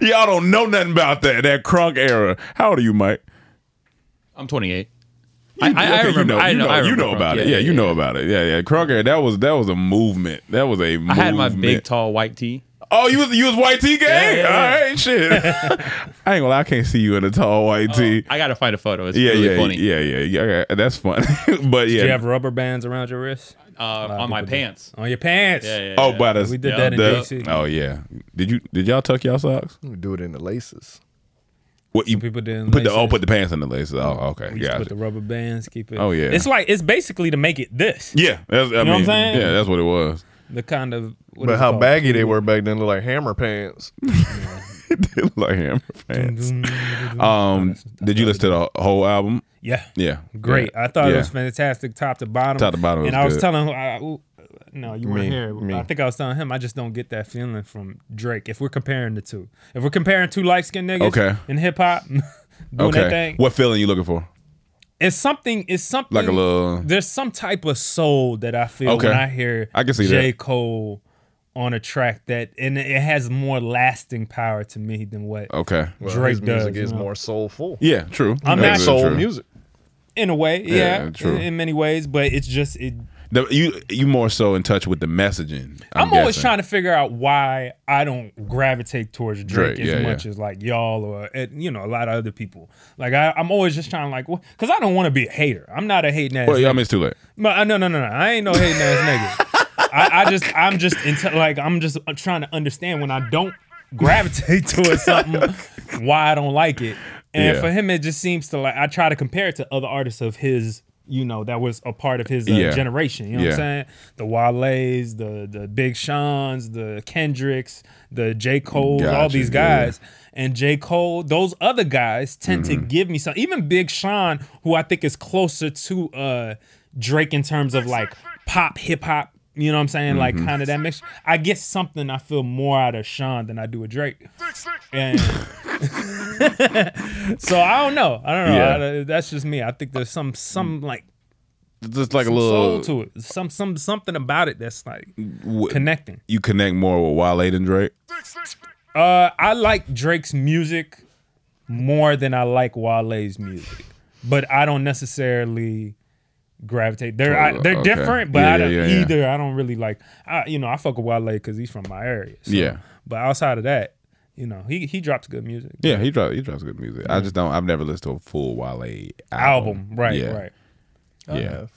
y'all don't know nothing about that. That crunk era. How old are you, Mike? I'm 28. You- I, I, I okay, remember. You know, I you know, know, I you know remember. about it. Yeah, you know about it. Yeah, yeah. Crunk era. That was that was a movement. That was a. I Movement. had my big tall white tee. Oh, you was you was white tee gang. Yeah, yeah, yeah. All right, shit. I ain't gonna. lie, I can't see you in a tall white tee. I gotta find a photo. It's yeah, Oh, really yeah, funny. yeah, yeah, yeah, okay, That's fun. but Did you yeah. have rubber bands around your wrist? Uh, on my pants. On your pants. Yeah, yeah. Oh, by the We did that in the- DC. Oh yeah. Did you did y'all tuck y'all socks? We do it in the laces. What you people did in put the oh laces. put the pants in the laces? Oh okay, We used to got put the rubber bands, keep it. Oh, yeah. It's like it's basically to make it this. Yeah, that's, I You know mean, what I'm saying? yeah, that's what it was. The kind of. what But is it how called? baggy they were back then, looked like hammer pants. They look like hammer pants. Um, did you listen to the whole album? Yeah. yeah, Great. yeah, I thought it yeah. was fantastic, top to bottom. Top to bottom And was I was good. telling him, I, ooh, no, you weren't Me, here. me. I think I was telling him, I just don't get that feeling from Drake. If we're comparing the two, if we're comparing two light skinned niggas Okay. in hip hop, doing that Okay, thing, what feeling you looking for? it's something. It's something Like a little- There's some type of soul that I feel Okay. when I hear I can see J that. Cole on a track that, and it has more lasting power to me than what Okay. Well, Drake his music does. is you know? more soulful. Yeah, true. I'm That's not- very Soul true. music. in a way, Yeah, yeah, true. In, in many ways, but it's just it. The- you you more so in touch with the messaging. I'm, I'm, always guessing. trying to figure out why I don't gravitate towards Drake, Drake, as yeah, much yeah. as like y'all or eh, you know a lot of other people. Like I, I'm always just trying to like, because I don't want to be a hater. I'm not a hating ass. Well, yeah, I nigga. mean, it's too late. No, I- uh, no, no, no, no. I ain't no hating ass nigga. I, I just, I'm just into, like, I'm just uh, trying to understand when I don't gravitate towards something, why I don't like it, And Yeah. for him, it just seems to like I try to compare it to other artists of his, you know, that was a part of his uh, Yeah. generation. You know Yeah. what I'm saying? The Wale's, the the Big Sean's, the Kendricks, the J Cole's, all Gotcha, these yeah. guys. And J Cole, those other guys tend to Mm-hmm. give me some. Even Big Sean, who I think is closer to uh Drake in terms of like pop hip hop. You know what I'm saying? Like Mhm. kind of that mix. I get something I feel more out of Sean than I do a Drake. And so I don't know. I don't know. Yeah. I- that's just me. I think there's some some like Just like a some little- soul to it. Some some something about it that's like connecting. You connect more with Wale than Drake. Uh, I like Drake's music more than I like Wale's music, but I don't necessarily gravitate. They're I, Totally. they're Oh, Okay. different, but Yeah, I yeah, don't, yeah, yeah. either I don't really like. I you know I fuck with Wale because he's from my area. so- Yeah. but outside of that, you know he he drops good music. Yeah, he drops he drops good music. I just don't. I've never listened to a full Wale album. Album, right, Oh, Yeah. right. I yeah. have.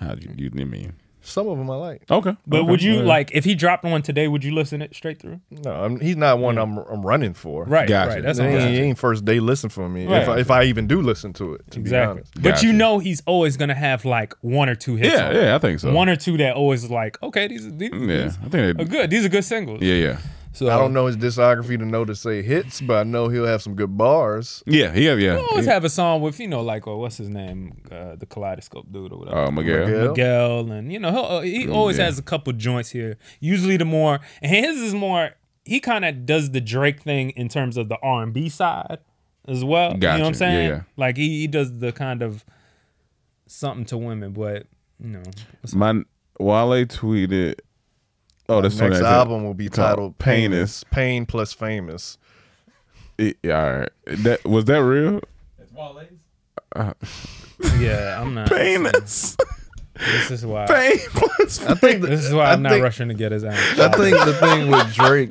How you, you you mean? Some of them I like. Okay, But would you like if he dropped one today? Would you listen it straight through? No, I'm, he's not one I'm I'm running for. Right, Gotcha. right, that's he, what I'm ain't- saying. he ain't first day listen for me. If, I, Right. if I even do listen to it, to be Exactly. honest. But you know he's always gonna have like one or two hits. Yeah, on yeah, it. I think so. One or two that always is like okay, these, these Yeah, these I think they- are Oh, good. These are good singles. Yeah, yeah. So I don't know his discography to know to say hits, but I know he'll have some good bars. Yeah, he have yeah. I always have a song with you know like oh, what's his name uh, the kaleidoscope dude or whatever Oh, Miguel. Miguel, and you know he'll, uh, he Oh, Mm, always yeah. has a couple joints here usually the more and his is more he kind of does the Drake thing in terms of the R and B side as well you know what I'm Gotcha. Yeah, saying yeah. like he, he does the kind of something to women but you know My Wale tweeted. Oh, that's next 2019. album will be Called titled "Penis." "Penis." Pain plus famous. It- yeah, all right. That was that real? Uh, yeah I'm not Penis. this is why Painless. I think the- this is why I'm I not think- rushing to get his album I think the thing with Drake,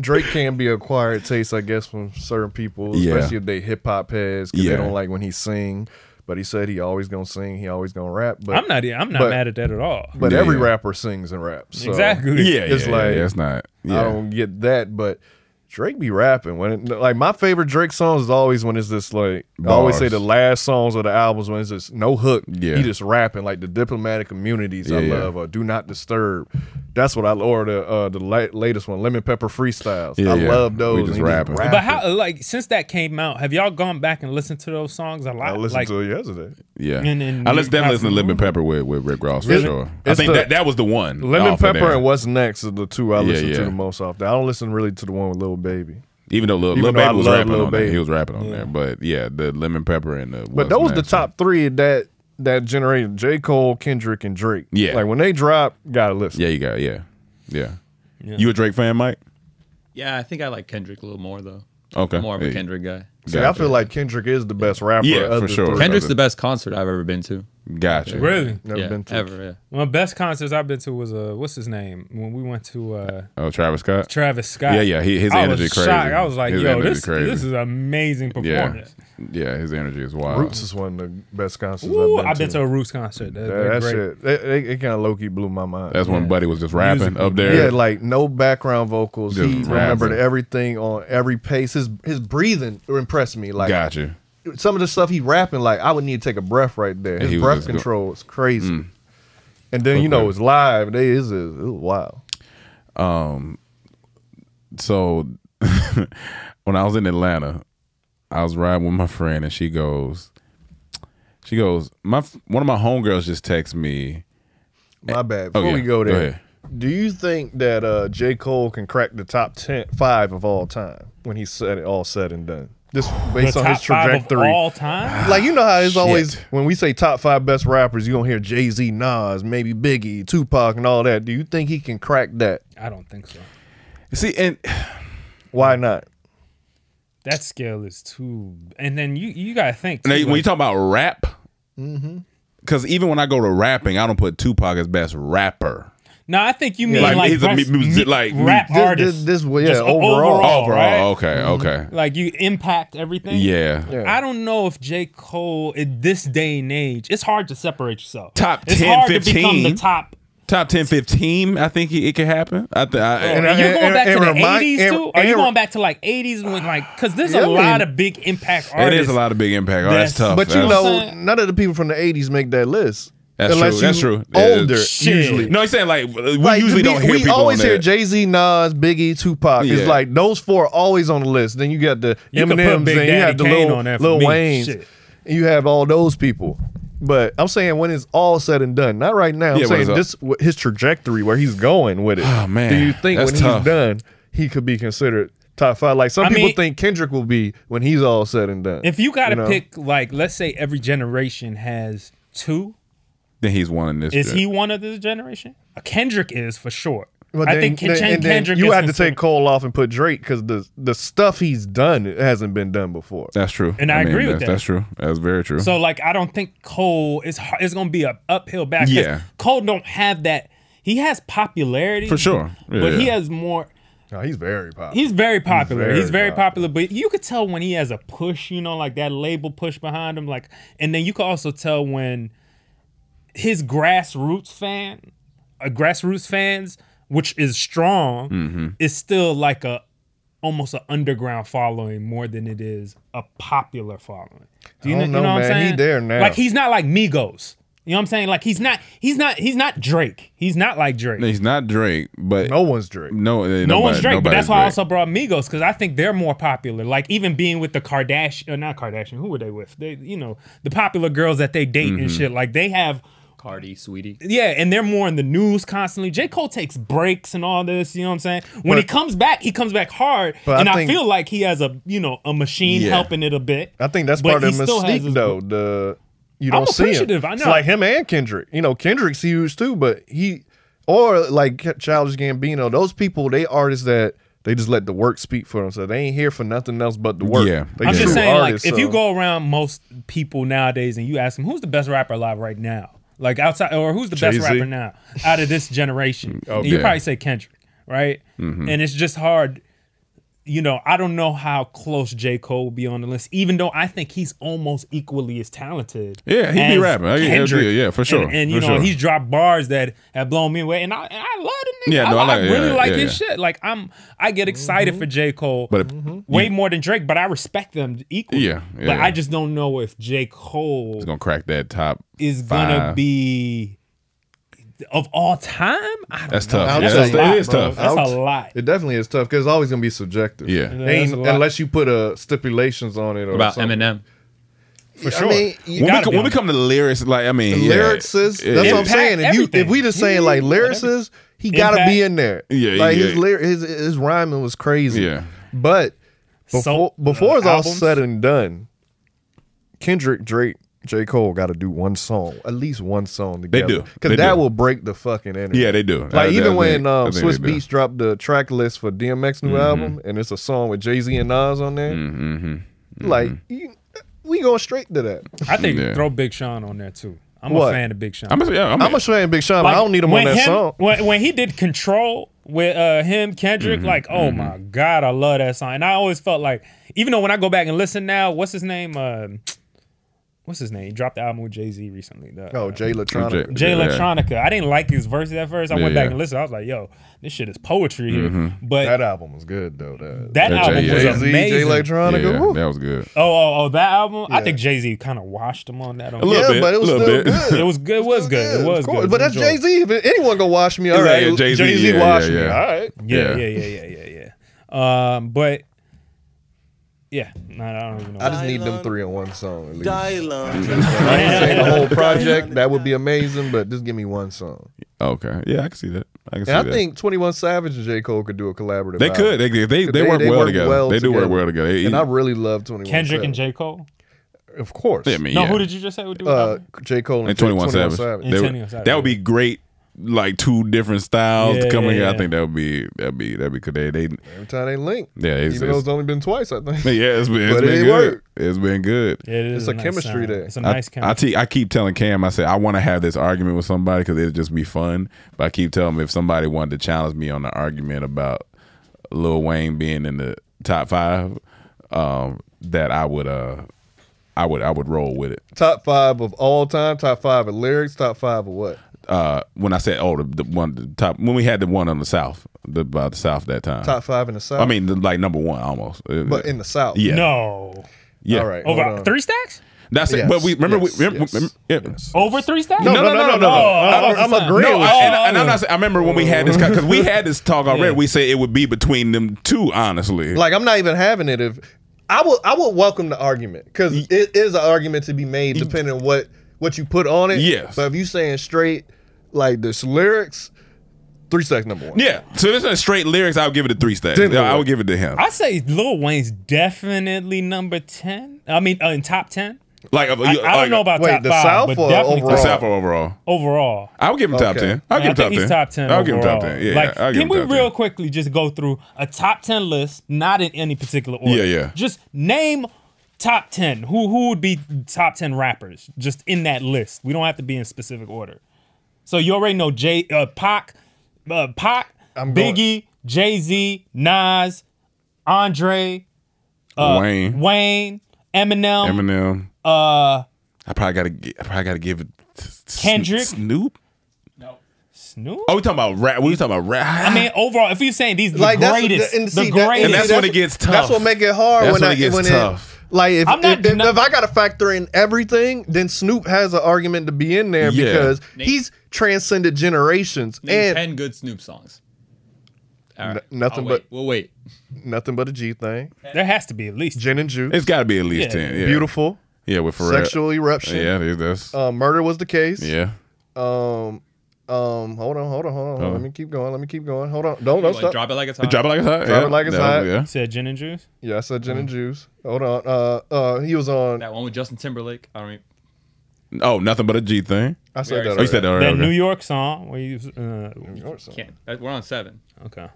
Drake can be acquired taste, I guess, from certain people, Yeah. especially if they hip hop heads, 'cause Yeah. they don't like when he sing. But he said he always gonna sing, he always gonna rap. But I'm not- I'm not but- mad at that at all. But Yeah, every yeah. rapper sings and raps. so Exactly. Yeah, it's yeah, yeah, like yeah, it's not- I yeah. don't get that, but. Drake be rapping when it, like my favorite Drake songs is always when it's this like I always say Bars. the last songs of the albums when it's just no hook Yeah. he just rapping like the diplomatic communities Yeah, I yeah. love or do not disturb that's what I or the uh, the la- latest one lemon pepper freestyles Yeah, I yeah. love We those just and he rapping. But But how like since that came out, have y'all gone back and listened to those songs a lot? I listened like, to it yesterday Yeah, And- and I listen, you- definitely listen to Lemon Pepper with, with Rick Ross for Really? sure. I It's think the- that, that was the one. lemon off of pepper there. and what's next are the two I Yeah, listen yeah. to the most often I don't listen really to the one with Lil Baby even though Lil, even Lil though I Baby was love rapping Lil on there, Baby. he was rapping on there. But yeah, the Lemon Pepper and the But What's those the Next. top three of that that generated J. Cole, Kendrick, and Drake. Yeah. Like when they drop, gotta listen. Yeah, you got yeah, yeah, You a Drake fan, Mike? Yeah, I think I like Kendrick a little more though. Okay. more of a Yeah. Kendrick guy. See, I feel like Kendrick is the best rapper. Yeah, of for the sure. three. Kendrick's the best concert I've ever been to. Gotcha. Really? Never yeah, been to. ever. Yeah. one of the best concerts I've been to was uh what's his name? When we went to uh Oh, Travis Scott. Travis Scott. Yeah, yeah. He, his I energy was crazy. shocked. I was like, His yo, energy this, this is amazing Yeah, performance. yeah. His energy is wild. Roots is one of the best concerts Ooh, I've been I've been to. to a Roots concert. That, Yeah, they're that great. shit. It, it, kind of low key blew my mind. That's when Buddy was just rapping Music- up there. Yeah, like no background vocals. Just he rapping. remembered everything on every pace. His his breathing impressed me. Like Gotcha. Some of the stuff he rapping, like I would need to take a breath right there. And His he was breath just go- control is crazy. Mm. And then you Okay. know it's live. They is it was wild. Um, so when I was in Atlanta, I was riding with my friend, and she goes, she goes, my one of my homegirls just texted me. My bad. Oh, Before we yeah. go Go there, ahead. do you think that uh, J. Cole can crack the top ten, five of all time when he's said it all said and done? Just based The on his top five of trajectory. all time? Like you know how it's Shit. always when we say top five best rappers, you gonna hear Jay Z, Nas, maybe Biggie, Tupac, and all that. Do you think he can crack that? I don't think so. See, and why not? That scale is too and then you you gotta think Now, too, when you like- talk about rap, Mhm. because even when I go to rapping, I don't put Tupac as best rapper. No, I think you mean Like, like, he's a rest- mu- music- mu- like, mu- rap This- this- artist. this- yeah, Just overall. Oh, Overall, right? Oh, okay, Mm-hmm. okay. Like you impact everything. Yeah. Yeah. I don't know if J. Cole in this day and age, it's hard to separate yourself. Top it's 10, hard to become the 15. top Top 10, 15, I think it, it could happen. I think. I, Oh, And, you're going back to the 80s too? Are you going back to like 80s when like because there's Yeah, I a lot mean- of big impact It artists. is a lot of big impact. Oh, that's, tough. But you That's- know, none of the people from the '80s make that list. That's unless true. You That's true. Yeah. Older Shit. usually. No, he's saying like we Like, usually we- don't hear we people always on hear that. Jay Z, Nas, Biggie, Tupac. Yeah. It's like those four are always on the list. Then you got the You could put Eminems, Big then you Daddy have the Kane Lil, on there for Lil me. Wayne's, Shit. and you have all those people. But I'm saying when it's all said and done, not right now. I'm Yeah, when saying it's all- this wh- his trajectory where he's going with it. Oh, man. do you think That's when tough. he's done, he could be considered top five? Like some I people mean- think Kendrick will be when he's all said and done. If you got to know? pick like let's say every generation has two, Then he's one in this. is shit. he one of this generation? Kendrick is for sure. Well, I then- think Ken- then- Ken- and then Kendrick. You is had to considered- take Cole off and put Drake because the the stuff he's done it hasn't been done before. That's true. And I agree that's- with that. That's true. That's very true. So like I don't think Cole is har- it's gonna be a uphill battle. 'cause Yeah. Cole don't have that. He has popularity For sure. Yeah, but he yeah. has more. No, he's very popular. He's very popular. He's very, popular. popular. but you could tell when he has a push, you know, like that label push behind him, like, and then you could also tell when his grassroots fan, a grassroots fans, which is strong, Mm-hmm. Mhm. is still like a almost an underground following more than it is a popular following. Do you I know, don't you know, know what I'm man. He saying? there now. Like he's not like Migos. You know what I'm saying? Like he's not. He's not. He's not Drake. He's not like Drake. he's not Drake, but no one's Drake. No, eh, No one's Drake, but that's why I also brought Migos because I think they're more popular. Like even being with the Kardashian, or not Kardashian, who were they with? They, you know, the popular girls that they date and Mm-hmm. Mhm. shit. Like they have, Cardi, sweetie. yeah, and they're more in the news constantly. J Cole takes breaks and all this. You know what I'm saying? When he But- comes back, he comes back hard, But I and I, think- feel like he has a, you know, a machine Yeah. helping it a bit. I think that's But part of he the still has mystique, his- though. The you I'm don't see him. appreciative, I It's know. like him and Kendrick. You know, Kendrick's huge too, but he or like Childish Gambino. Those people, they artists that they just let the work speak for them. So they ain't here for nothing else but the work. Yeah. they I'm just true saying, artists, like, if you so- go around most people nowadays and you ask them who's the best rapper alive right now, like outside or who's the Jay-Z? best rapper now out of this generation, Oh, you yeah. probably say Kendrick, right? Mm-hmm. Mhm. And it's just hard. You know, I don't know how close J. Cole will be on the list, even though I think he's almost equally as talented. Yeah, he be as rapping. I- yeah, Kendrick. yeah, yeah, for sure, And, and, you for know, sure. he's dropped bars that have blown me away, and I, and I love the nigga. Yeah, I, no, I I like- yeah, really like yeah, his shit. Like I'm, I get excited for J. Cole, Mm-hmm. But- way more than Drake. But I respect them equally. Yeah, yeah, but yeah. I just don't know if J. Cole He's gonna crack that top. is gonna five. be of all time. I don't That's know. tough. That's Yeah, a that's- lot, it is bro. tough. That's Out- a lot. It definitely is tough because it's always gonna be subjective. Yeah. Yeah, They that's ain't- a lot. unless you put a stipulations on it or About something. Eminem. For sure. mean, you when, we, gotta co- be when we come to the lyrics, like I mean, yeah, lyricist. yeah, that's yeah. what I'm saying. If you if we just saying like lyricist, he got to Impact. be in there. Yeah, like yeah. his lyric, his his rhyming was crazy. Yeah. but before So, uh, before it's all albums? said and done, Kendrick, Drake, J. Cole got to do one song, at least one song They together. do. They because that do. will break the fucking internet. Yeah, they do. I- I Like even think- when I um, think they Swiss do. Beats dropped the track list for DMX new Mhm. album, and it's a song with Jay Z and Nas on there. Mm-hmm. Like you, we going straight to that. I think Yeah. throw Big Sean on there too. I'm What? a fan of Big Sean. I'm a- yeah, I'm a- I'm a fan of Big Sean, but I don't need him when on that him- song. When, when he did Control with uh, him, Kendrick, like, oh my god, I love that song. And I always felt like, even though when I go back and listen now, what's his name? Um what's his name? He dropped the album with Jay Z recently. The, Oh, Jay Electronica. Jay Yeah. Electronica. I didn't like his verses at first. I Yeah, went back yeah. and listened. I was like, yo, this shit is poetry here. Mhm. But that album was good though. That, That Yeah, album Jay- was yeah. amazing. Jay Electronica. Yeah, woo. that was good. Oh, oh, oh, that album. I think Jay Z kind of washed him on that. A little Yeah, bit, but it was little still bit. good. It was good. It was good. It was Of course, good. But that's Jay Z. If anyone gonna watch me, all Yeah, right, yeah, Jay-Z, Jay Z yeah, watch yeah, me. yeah. All right, Yeah, Yeah. yeah, yeah, yeah, yeah, yeah, yeah. Um, but yeah, no, I don't even know. I just need them three on one song at least. Dylan. I ain't saying the whole project. That would be amazing, but just give me one song. Okay, yeah, I can see that. I can see And I that. think Twenty One Savage and J Cole could do a collaborative. They could. album. They- they- they work well together. They do work well together. They- and I really love Twenty One. Kendrick and J Cole. of course. Yeah, I mean, No, yeah. who did you just say would do it? Uh, J Cole and, and Twenty One 21 Savage. Savage. They would- 21 Savage. That would be great. Like two different styles Yeah, coming. yeah, in. I yeah. think that would be that'd be that'd be good. They, they Every time they link. Yeah, it's- even though it's- it's only been twice, I think. yeah, it's been, it's But been it good. worked. It's been good. Yeah, it is It's a nice chemistry sound. there. It's a I- nice I, chemistry. te- I keep telling Cam, I say I want to have this argument with somebody because it'd just be fun. But I keep telling him if somebody wanted to challenge me on the argument about Lil Wayne being in the top five, um, that I would, uh, I would, I would roll with it. Top five of all time. Top five of lyrics. Top five of what? Uh, when I said, oh, the, the one the top when we had the one on the South, the by the South that time. Top five in the South? I mean, the, like number one almost. Uh, But in the South? yeah. No. Yeah. All right. hold Over on. three stacks? That's it. Yes, But we remember yes, we remember, yes, remember- yeah. Over three stacks? No, no, no, no, no, no. Oh, I'm, over I'm agreeing No, with I, you. and, and I'm not. saying- I remember when we had this because we had this talk already. We said it would be between them two. Honestly, Like I'm not even having it if I will I will welcome the argument because it is an argument to be made depending on what what you put on it. Yes. But if you saying straight like this lyrics, three stacks number one. yeah. So this is straight lyrics. I would give it a three stacks. Didn't I work. would give it to him. I say Lil Wayne's definitely number 10. I mean, uh, in top 10. Like I, I don't know about top five, but definitely The South or overall? overall. I would give him top Okay. ten. I'll Man, give him top I think ten. he's top ten. I'll give him top overall. ten. Yeah, like, yeah, I'll give can him we top 10. real quickly just go through a top ten list, not in any particular order? Yeah, yeah. Just name top ten. Who who would be top ten rappers just in that list? We don't have to be in specific order. So you already know Jay, uh, Pac, uh, Pac, going- Biggie, Jay Z, Nas, Andre, uh, Wayne. Wayne, Eminem, Eminem. uh, I probably gotta. gi- I probably gotta give it. to Sno- Kendrick? Snoop. Snoop. Oh, we talking about rap? We talking about rap? I mean, overall, if you're saying these the Like, that's- greatest, and the see, that- greatest, And that's when it gets tough. That's what make it hard That's when, when I it gets when tough. It, like if, I'm not if, if, if I got to factor in everything, then Snoop has an argument to be in there Yeah. because Name- he's transcended generations Name and ten good Snoop songs. All right. N- nothing I'll wait. but- We'll wait. nothing but a G thing. There has to be at least Gin and Juice. It's got to be at least Yeah. ten. Yeah. Beautiful. Yeah, with Pharrell. Sexual Eruption. Yeah, it- that's. Uh, murder was the case. Yeah. Um. Um. Hold on. Hold on. Hold on. Hold on. Oh. Let me keep going. Let me keep going. Hold on. Don't. Don't Like, stop. drop it like it's hot. Drop it like it's hot. uh, Drop yeah. it like it's That hot. was- Yeah. said gin and juice. Yeah, I said gin Mm. and juice. Hold on. Uh. Uh. He was on. That one with Justin Timberlake. I don't e, even. Oh, nothing but a G thing. I said Oh, that. you said that already. already. That okay. New York song where you uh, Can't. that- We're on seven. okay.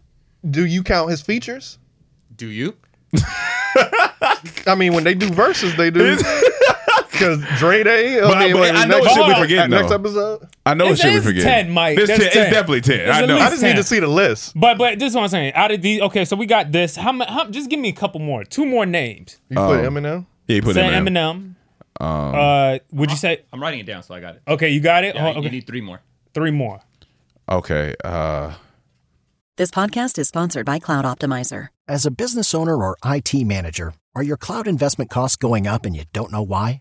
Do you count his features? Do you? I mean, when they do verses, they do. Because Dre Day. I But I- mean, but when- I know next it should be episode- forgetting, Next though. episode. I know it It's- should be it's forgetting. 10, Mike. It's, That's 10. 10. it's definitely ten. It's I at know. least I just need 10. to see the list. But but this is what I'm saying. Out of these, okay, so we got this. How many? How, just give me a couple more. Two more names. You put Um, Eminem. Yeah, you put say him in. Eminem. Um, Uh, would you say? I'm writing it down, so I got it. Okay, you got it. Yeah, Oh, You okay, need three more. three more. okay. Uh, This podcast is sponsored by Cloud Optimizer. As a business owner or IT manager, are your cloud investment costs going up and you don't know why?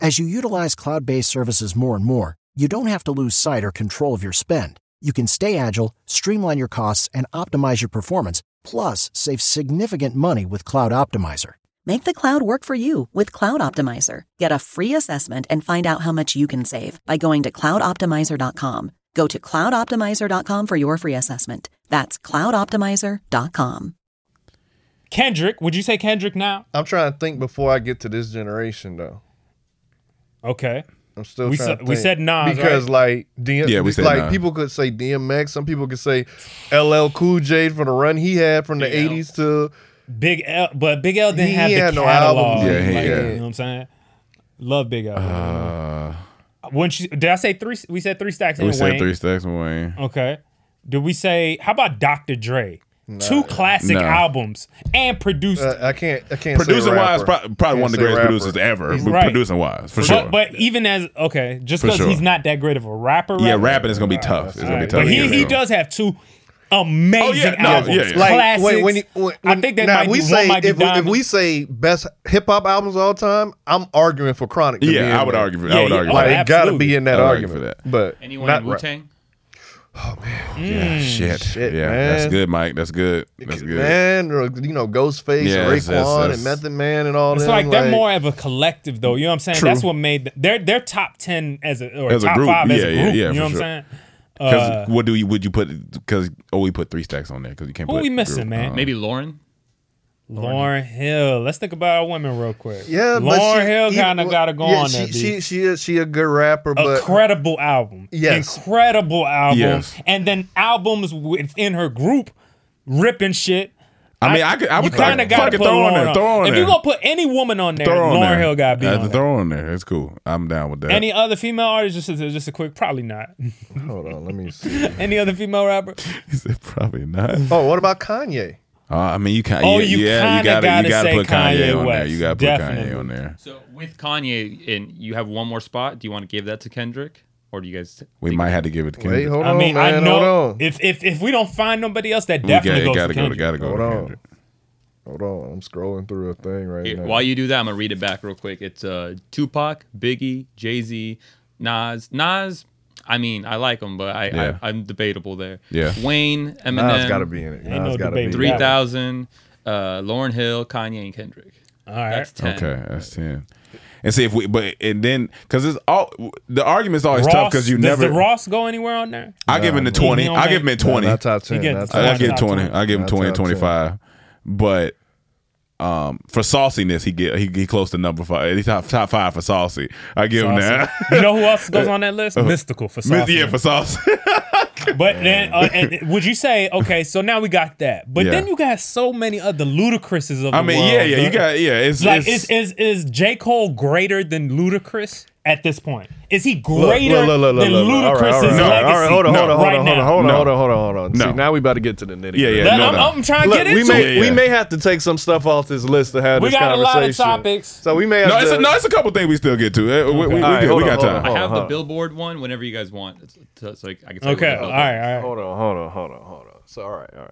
As you utilize cloud based services more and more, you don't have to lose sight or control of your spend. You can stay agile, streamline your costs, and optimize your performance, plus, save significant money with Cloud Optimizer. Make the cloud work for you with Cloud Optimizer. Get a free assessment and find out how much you can save by going to cloudoptimizer.com. Go to cloudoptimizer.com for your free assessment. That's cloudoptimizer.com. Kendrick. Would you say Kendrick now? I'm trying to think before I get to this generation, though. Okay. I'm still We trying said- to we think. said Nas, right? because like DM, Yeah, we said like Nas. people could say DMX. Some people could say LL Cool J for the run he had from the '80s to Big L, but Big L didn't He have the had no catalog. albums. Yeah, he- like, yeah. You know what I'm saying? Love Big L. uh, when she did I say three? We said three stacks. we and said Wayne. three stacks and Wayne. Okay. Did we say how about Dr. Dre? Two classic No. albums and produced. uh, I can't I can't say Producing wise, rapper. probably, Can't probably one of the say greatest rapper. producers ever. He's- but Right. Producing wise, for but, sure. but even as okay, just For because sure. he's not that great of a rapper, yeah, rapper, rapping is gonna be tough. It's gonna be right, tough. but Yeah, he, he yeah. does have two amazing Oh, no, albums, yeah, yeah. Like classics. when, when, you- when, when I think that now, might we be, say one might be if, we, if Diamond. we say best hip hop albums of all time, I'm arguing for Chronic. to be in Yeah, I would there. argue for. Yeah, I would yeah, argue oh, for Like that. it gotta be absolutely. in that I would argue argument. for that. But Anyone not in Wu rap. Tang? mm. Yeah, shit. Shit, yeah, man. that's good, Mike. That's good. That's good. Man, or, you know Ghostface, Yeah, and that's- Raekwon, that's- and that's- Method Man, and all It's that. like they're more of a collective, though. You know what I'm saying? True. That's what made th- they're they're top ten as a or As a top group, five as yeah, a yeah, group. yeah, you for know what sure. I'm saying? Because Uh, what do you would you put? Because oh, we put three stacks on there because you can't who put. we missing, group. man? Uh, Maybe Lauren. Lauren, Hill. Let's think about our women real quick. Lauren Hill kind of got to go on she, there. She she is she a good rapper, a but credible album. Yes. Incredible album. Yes. And then albums within her group ripping shit. I mean, I could- I would- you kind I of got to could put throw on Lauren there, throw on If there. you're gonna put any woman on there, throw on Lauren there. Hill got to be Uh, on. there. Throw on there. It's cool. I'm down with that. Any other female artist? Just, a- just a quick, probably not. Hold on, let me see. any other female rapper? he said probably not. oh, what about Kanye? Uh, I mean, you kind. Oh, yeah, you yeah, you kinda gotta, gotta you gotta say put Kanye, Kanye on there. West, You gotta put definitely. Kanye on there. So with Kanye, and you have one more spot. Do you want to give that to Kendrick, or do you guys? We might have to give it to Wait, Kendrick. hold I mean, I man, know if, if if we don't find nobody else, that We definitely gotta- goes gotta to go to- Kendrick. gotta go Hold to on. Kendrick. Hold on, I'm scrolling through a thing right Here, now. while you do that, I'm gonna read it back real quick. It's uh, Tupac, Biggie, Jay Z, Nas. Nas, I mean, I like him, but I, Yeah. I I'm debatable there. Yeah. Wayne, Eminem. Nas gotta be in it. Ain't Nas no gotta be in debate. it. Three thousand. Uh, Lauren Hill, Kanye, and Kendrick. All right. That's ten. Okay, that's ten. And see if we, but and then because it's all the argument's always Ross, tough because you does never. the Ross go anywhere on there? I give him the He- he twenty. don't I make- give him in twenty. not top He 10, gets not top I 20. give top twenty. 20. I give him Not 20, top 10. 25. But um, for sauciness, he get he, he close to number five. He's top top five for saucy. I give him Saucy. that. you know who else goes on that list? Mystical for Uh-huh. Myth- saucy. Yeah, for saucy. But then, uh, and would you say okay? So now we got that. But Yeah. then you got so many other ludicrouses of. I the mean, world, yeah, yeah, you bro. got- yeah, it's- like it's- is is is J Cole greater than Ludacris at this point? Is he greater than Ludacris's all right, all right, legacy? all right, hold on, hold on, hold right on, hold now? on, hold on, No. hold on, hold on, hold on. No. See, now we about to get to the nitty. Yeah, yeah, Let- no, I'm- no. I'm trying to get we into may, it. We Yeah. may have to take some stuff off this list to have We this got a conversation. lot of topics. So we may have no, it's to. a, no, it's a couple things we still get to. Eh, We, we, we, All right, good. hold we on, got hold time. on, I have the hold Billboard one whenever you guys want, It's- to- so I can tell you. Okay, what the all Billboard- right, all right. Hold on, hold on, hold on, hold on. So all right, all right.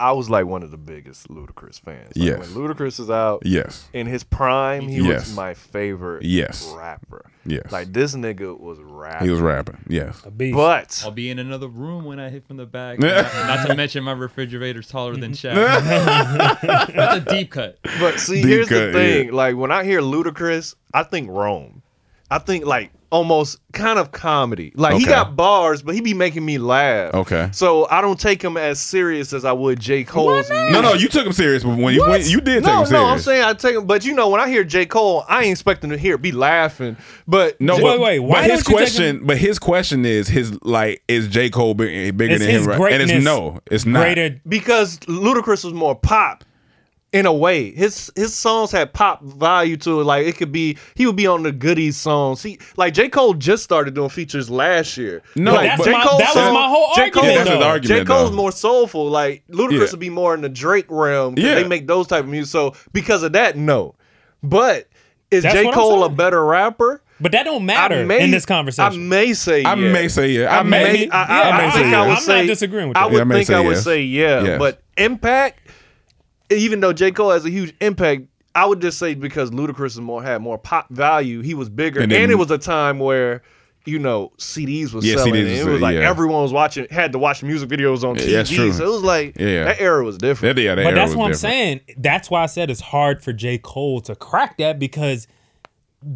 I was like one of the biggest Ludacris fans. Like, Yes. When Ludacris is out. Yes. In his prime, he Yes. was my favorite. Yes. Rapper. Yes. Like this nigga was rapping. He was rapping. Yes. But I'll be in another room when I hit from the back. not, not to mention my refrigerator's taller than Shaq. That's a deep cut. But see, Deep here's cut, the thing. Like when I hear Ludacris, I think Rome. I think like almost kind of comedy. Like he Okay. got bars, but he be making me laugh. Okay. So I don't take him as serious as I would J. Cole's. No, no, you took him serious, but when you when, you did take no, him serious. no, I'm saying I take him, but you know when I hear J. Cole, I ain't expecting to hear be laughing. But No, J- but, wait, but why his don't you take question, but his question is his like is J Cole big, bigger Is than him? his Right? And it's greatness no, it's not. Greater. because Ludacris was more pop in a way. His his songs had pop value to it. Like it could be he would be on the goodies songs. He like J. Cole just started doing features last year. No, like, but- J. That's my- Cole's that was song- my whole J. argument, Cole's, Yeah, that's his though. J. argument, Cole's though. more soulful. Like Ludacris Yeah. would be more in the Drake realm. 'cause Yeah. They make those type of music. So because of that, no. But is That's J. what I'm Cole a saying. better rapper? But that don't I matter may- in this I conversation. may say I yeah. may say yeah. I may. Maybe. I, Yeah, I, I I may think say I would yes. I'm say. not disagreeing with I you. Yeah, I would may think say I would yes. say yeah, Yes. but impact. Even though J Cole has a huge impact, I would just say because Ludacris is more had more pop value, he was bigger, And and, then- it was a time where. You know, CDs was Yeah, selling. CDs and was it was sell- like yeah. everyone was watching, had to watch music videos on TV. Yeah, that's true. So it was like Yeah. that era was different. That- yeah, that but era that's was what I'm different. saying. That's why I said it's hard for J. Cole to crack that because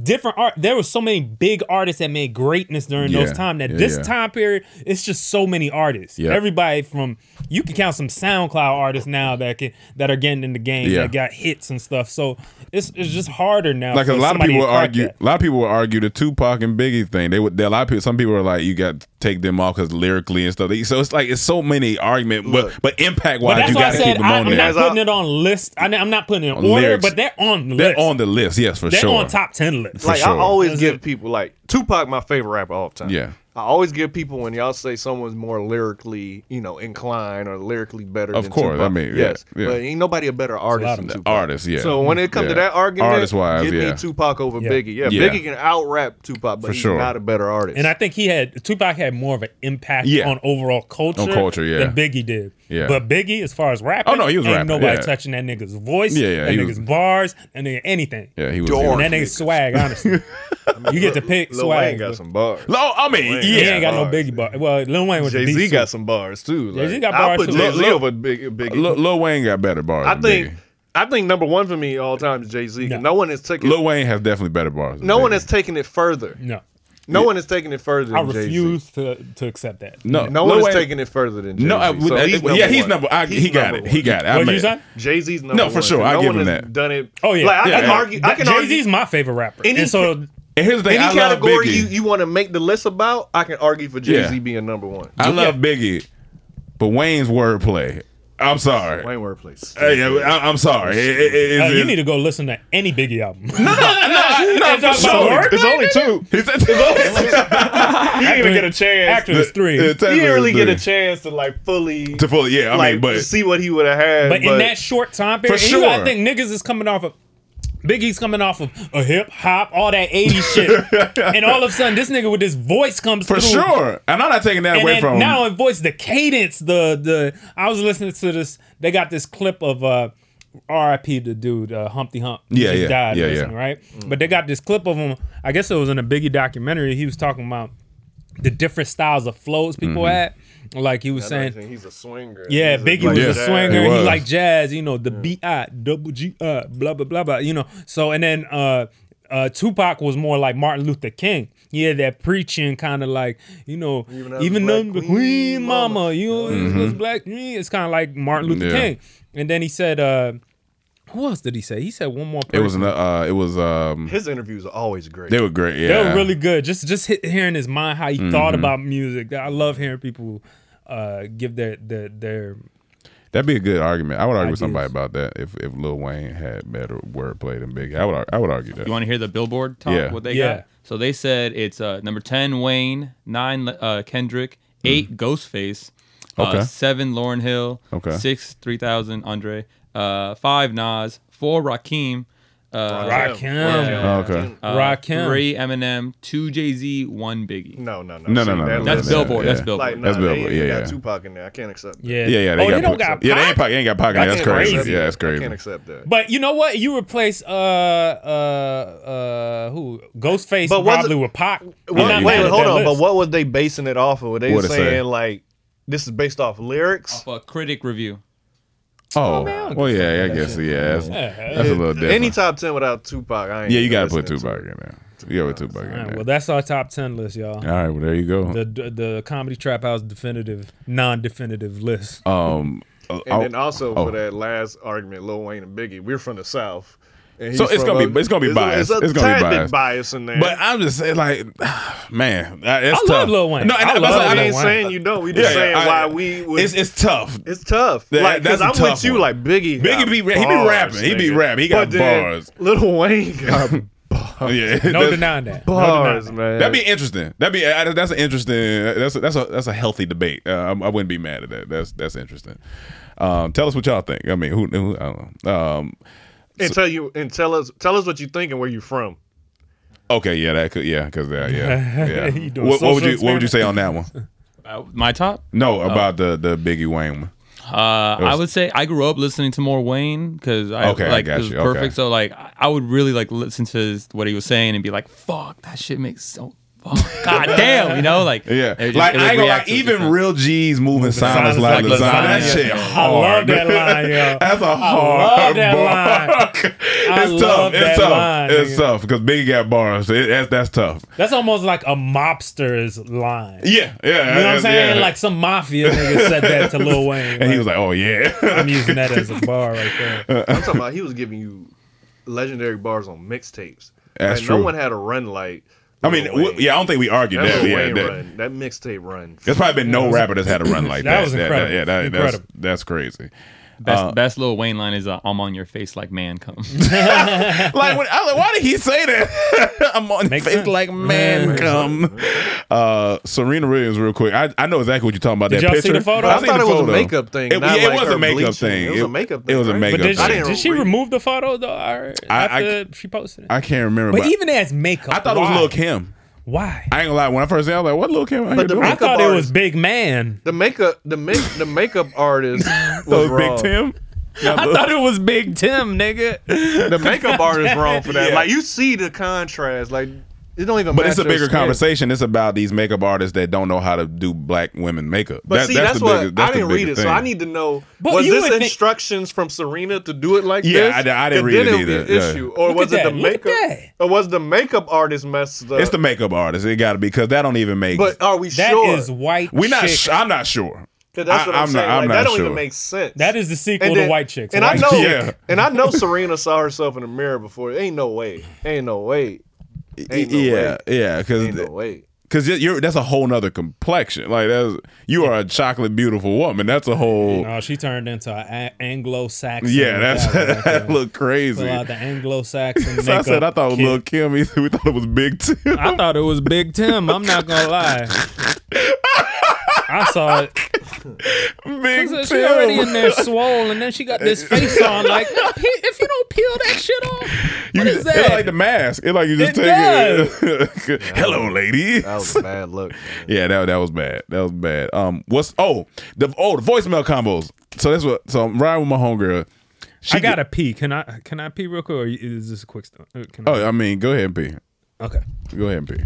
different art. There were so many big artists that made greatness during Yeah, those time. That yeah, this yeah. time period, it's just so many artists. Yeah. Everybody from you can count some SoundCloud artists now that can that are getting in the game Yeah. that got hits and stuff. So it's it's just harder now. Like for a lot of somebody people to would crack argue, that. a lot of people would argue the Tupac and Biggie thing. They would, there are a lot of people. Some people are like, you got to take them off because lyrically and stuff. They- So it's like it's so many argument, but but impact But wise, that's you why I got to keep said them I, on am not there. putting it on list. I, am not putting it On in order, lyrics. but they're on the They're list. on the list, yes, for they're sure. on top ten list. Like I sure. always That's give it. people like Tupac, my favorite rapper of all time. Yeah. I always give people when y'all say someone's more lyrically, you know, inclined or lyrically better. Of than course, Tupac. I mean, yeah, yes, yeah. but ain't nobody a better artist than The Tupac. artists, yeah. So when it comes to Yeah. that argument, Artist-wise, give yeah. me Tupac over Yeah. Biggie. Yeah, Yeah. Biggie can out rap Tupac, but For he's sure. not a better artist. And I think he had Tupac had more of an impact Yeah. on overall culture, On culture, yeah. than Biggie did. Yeah. But Biggie, as far as rapping, Oh, no, he was ain't rapping, nobody yeah. touching that nigga's voice, Yeah, yeah, that he nigga's was- bars, and nigga anything. yeah, he was. he And was- that nigga's swag, honestly. you get to pick Lil swag. Wayne got but some bars. Lo- I mean, Wayne he yeah, ain't got no bars. Biggie bar. Well, Lil Wayne was Jay Z the got some bars too. Like, Jay-Z got I bars, put too. Jay Z Lil- over Big, Biggie. Lil, Lil Wayne got better bars. I than think Biggie. I think number one for me all time is Jay Z. No. one has taken Lil Wayne has definitely better bars. than no one Biggie. has taken it further. No. No one is taking it further than I Jay-Z. refuse to, to accept that. No, No one is way. taking it further than Jay-Z. No, I- so I- he's yeah, number he's one. number- I- he He's got number it. He got it. I What you admit say? it. Jay-Z's number No, for one. sure. No I give one him has that. Done it. Oh yeah, Like, I Yeah, can yeah. argue. I can Jay argue. Z's my favorite rapper, Any- and so And here's the thing. Any I love category Biggie. you, you want to make the list about, I can argue for Jay Z Yeah. being number one. I love Biggie, but Wayne's wordplay. I'm sorry. Wayne Wordplay. Hey, I, am sorry. It- it- it- Uh, you it- need to go listen to any Biggie album. no, It's for all about sure. wordplay, It's only two. It's only You didn't even get a chance. Actor is three. Yeah, you technically didn't really it's get three. a chance to like fully To fully, yeah. I like, mean, but see what he would have had. but in that short time period, For and you gotta sure. think niggas is coming off of Biggie's coming off of a hip hop, all that 80s shit. and all of a sudden, this nigga with this voice comes for through. sure, and I'm not taking that and away then from. now it voice the cadence, the the I was listening to this, they got this clip of uh R.I.P. the dude, uh, Humpty Hump. He Yeah, just yeah, died yeah, yeah. recently, Right? But they got this clip of him. I guess it was in a Biggie documentary. He was talking about the different styles of flows people Mm-hmm. Mhm. had. Like he was saying, he's a swinger. yeah, He's Biggie like, was a jazz. swinger. He He, was. liked jazz, you know, the B I double G uh blah blah blah blah. You know, so and then uh uh Tupac was more like Martin Luther King. He had that preaching kind of like, you know, I was even black though the queen, mama, you know, it was Mhm. black me. It's kind of like Martin Luther Yeah. King. And then he said, uh who else did he say? He said one more It person. was an- uh, it was um, His interviews are always great. they were great. Yeah, They were really good. Just just hit, hearing his mind, how he thought Mhm. about music. I love hearing people uh give their their their That'd be a good argument. I would argue with somebody Ideas. about that if if Lil Wayne had better wordplay than Biggie. I would ar- I would argue that. You want to hear the Billboard talk? Yeah. What they Yeah. got? So they said it's uh, number ten Wayne, nine uh, Kendrick, eight Ghostface, uh, Mm. Okay. seven Lauren Hill, Okay. six three thousand Andre, uh, five Nas, four Rakim. Uh, Rakim. Rakim. Oh, Okay. Uh, Rakim. Three Eminem, two Jay Z, one Biggie. No, no, No, no. no, See, no, that no, That's list- no, no, Billboard. yeah. That's Billboard. Like, nah, That's Billboard, They ain't yeah, got yeah. Tupac in there. I can't accept. that. Yeah. yeah, yeah. They oh, got they don't Pac- got Yeah, they Pac? ain't pocket. Ain't got pocket. I That's can't crazy. accept Yeah, that. that's I crazy. can't accept that. But you know what? You replace uh uh uh who Ghostface But was probably it- with Pac. I'm What- not wait, mad at hold that on. But list. what was they basing it off of? Were they What'd it say? saying like this is based off lyrics? Off a critic review. Oh, don't well, yeah. I guess yeah. That's, Yeah. that's a little different. Any top ten without Tupac, I ain't yeah, you gotta listening put Tupac in there. You gotta put Tupac in All right, there. well, that's our top ten list, y'all. All right. Well, there you go. The, the the comedy trap house definitive, non-definitive list. Um. And then also oh. for that last argument, Lil Wayne and Biggie, we're from the South. And So he's it's from gonna be- a- it's gonna be biased. It's, a It's gonna be tad bit biased. bias in there. But I'm just saying, like, man, that- it's I tough. love Lil Wayne. No, and I that's- love I we Lil ain't Wayne. saying you don't. We just Yeah, saying I- why we. Would, It's it's tough. It's tough. That- like, that's cause a I'm tough with you. one. Like Biggie, Biggie got be- he be bars, rapping. He be nigga. rapping. He got But then bars. Lil Wayne got yeah, No that's- denying that. No denying bars, that. man. That'd be interesting. That'd be I- that's an interesting. That's a, that's a that's a healthy debate. Uh, I'm- I, wouldn't be mad at that. That's that's interesting. Um, tell us what y'all think. I mean, who, who I don't know. Um, and tell you and tell us tell us what you think and where you from. okay, yeah, that could yeah, because yeah, yeah. You doing what, what would social Oh. you what would you say on that one? Uh, my top. No, about the the Biggie Wayne one. Uh, It was- I would say I grew up listening to more Wayne because I Okay, I like got it was you. perfect. Okay. So like I I would really like listen to his, what he was saying and be like, "Fuck, that shit makes so fuck, god damn," you know, like Yeah, it just- like it would I ain't gonna react lie, to it even different. real G's moving silence like, silence lasagna. like That lasagna. shit I love hard. that line, yo. That's a I hard love that bar. line. I it's love tough. that It's tough. line, it's nigga. tough because Biggie got bars. so it- that's that's tough. That's almost like a mobster's line. Yeah, yeah. You know what I'm that's- saying? yeah. Like some mafia nigga said that to Lil Wayne. and he was like, "Oh yeah." I'm using that as a bar right there. I'm talking about he was giving you legendary bars on mixtapes. That's like, true. No one had a run like. I mean, Lil w- Wayne. yeah. I don't think we argued That that. Lil Yeah, Wayne that, run, that mixtape run. there's probably been no rapper that's had a run like That that. was incredible. yeah, that, Incredible. That's, that's crazy. Best, best Lil Wayne line is uh, "I'm on your face like man come." like, when, I was like, why did he say that? I'm on Makes face sense. like man come. Uh, Serena Williams, real quick. I, I know exactly what you're talking about. Did that y'all see picture. the photo? I I seen thought the it was a photo. makeup thing, It, not yeah, it like was a her makeup bleaching. thing. It was a makeup It was thing, a right? makeup But did thing. she, did she read. remove the photo though? Or I- after she posted it. I can't remember. but, but even as makeup, I thought it was why? Lil Kim. Why? I ain't gonna lie. When I first seen, it, I was like, "What Lil Kim?" out But here the doing? I makeup thought it was artist. Big Man. The makeup, the make, the makeup artist was Those wrong. Big Tim. I thought it was Big Tim, nigga. The makeup artist wrong for that. Like you see the contrast. Like It don't even. But it's a match your bigger skin. conversation. It's about these makeup artists that don't know how to do black women makeup. But That- see, that's, the what biggest- that's I the didn't read it, biggest so thing. I need to know. But was you this would think- instructions from Serena to do it like Yeah, this? I di- I didn't And read then it would be either, yeah. an issue, or Look was at it that, the look at makeup? Or was the makeup artist messed up? It's the makeup artist. It got to be because that don't even make. But are we That sure? is white. We're not. chick. Sh- I'm not sure. 'Cause that's what I- I'm, I'm not- saying. I'm like, not that don't sure. even make sense. That is the sequel And to then- White Chicks. And White I know, Chick. and I know Serena saw herself in the mirror before. Ain't no way. Ain't no way. Ain't no yeah, yeah, because Ain't no way. because you're that's a whole nother complexion. Like that's you are a chocolate beautiful woman. That's a whole. No, Oh, she turned into an Anglo-Saxon. Yeah, that's that one right that there. look crazy. Pull out the Anglo-Saxon. So I said I makeup thought it was kit. Lil Kim. We thought it was Big T. I thought it was Big Tim. I'm not gonna lie. I saw it. Big She Tim. already in there swole, and then she got this face on. Like, "Now, pe- if you don't peel that shit off, You what just- is that? It's like the mask. It's like you just It take it. Hello, lady. That was a bad look. yeah, that that was bad. That was bad. Um, what's oh the oh the voicemail combos. So that's what. So I'm riding with my homegirl. She I gotta pee. Can I? Can I pee real quick? Or is this a quick stop? Uh, Can I? Oh, I mean, go ahead and pee. Okay. Go ahead and pee.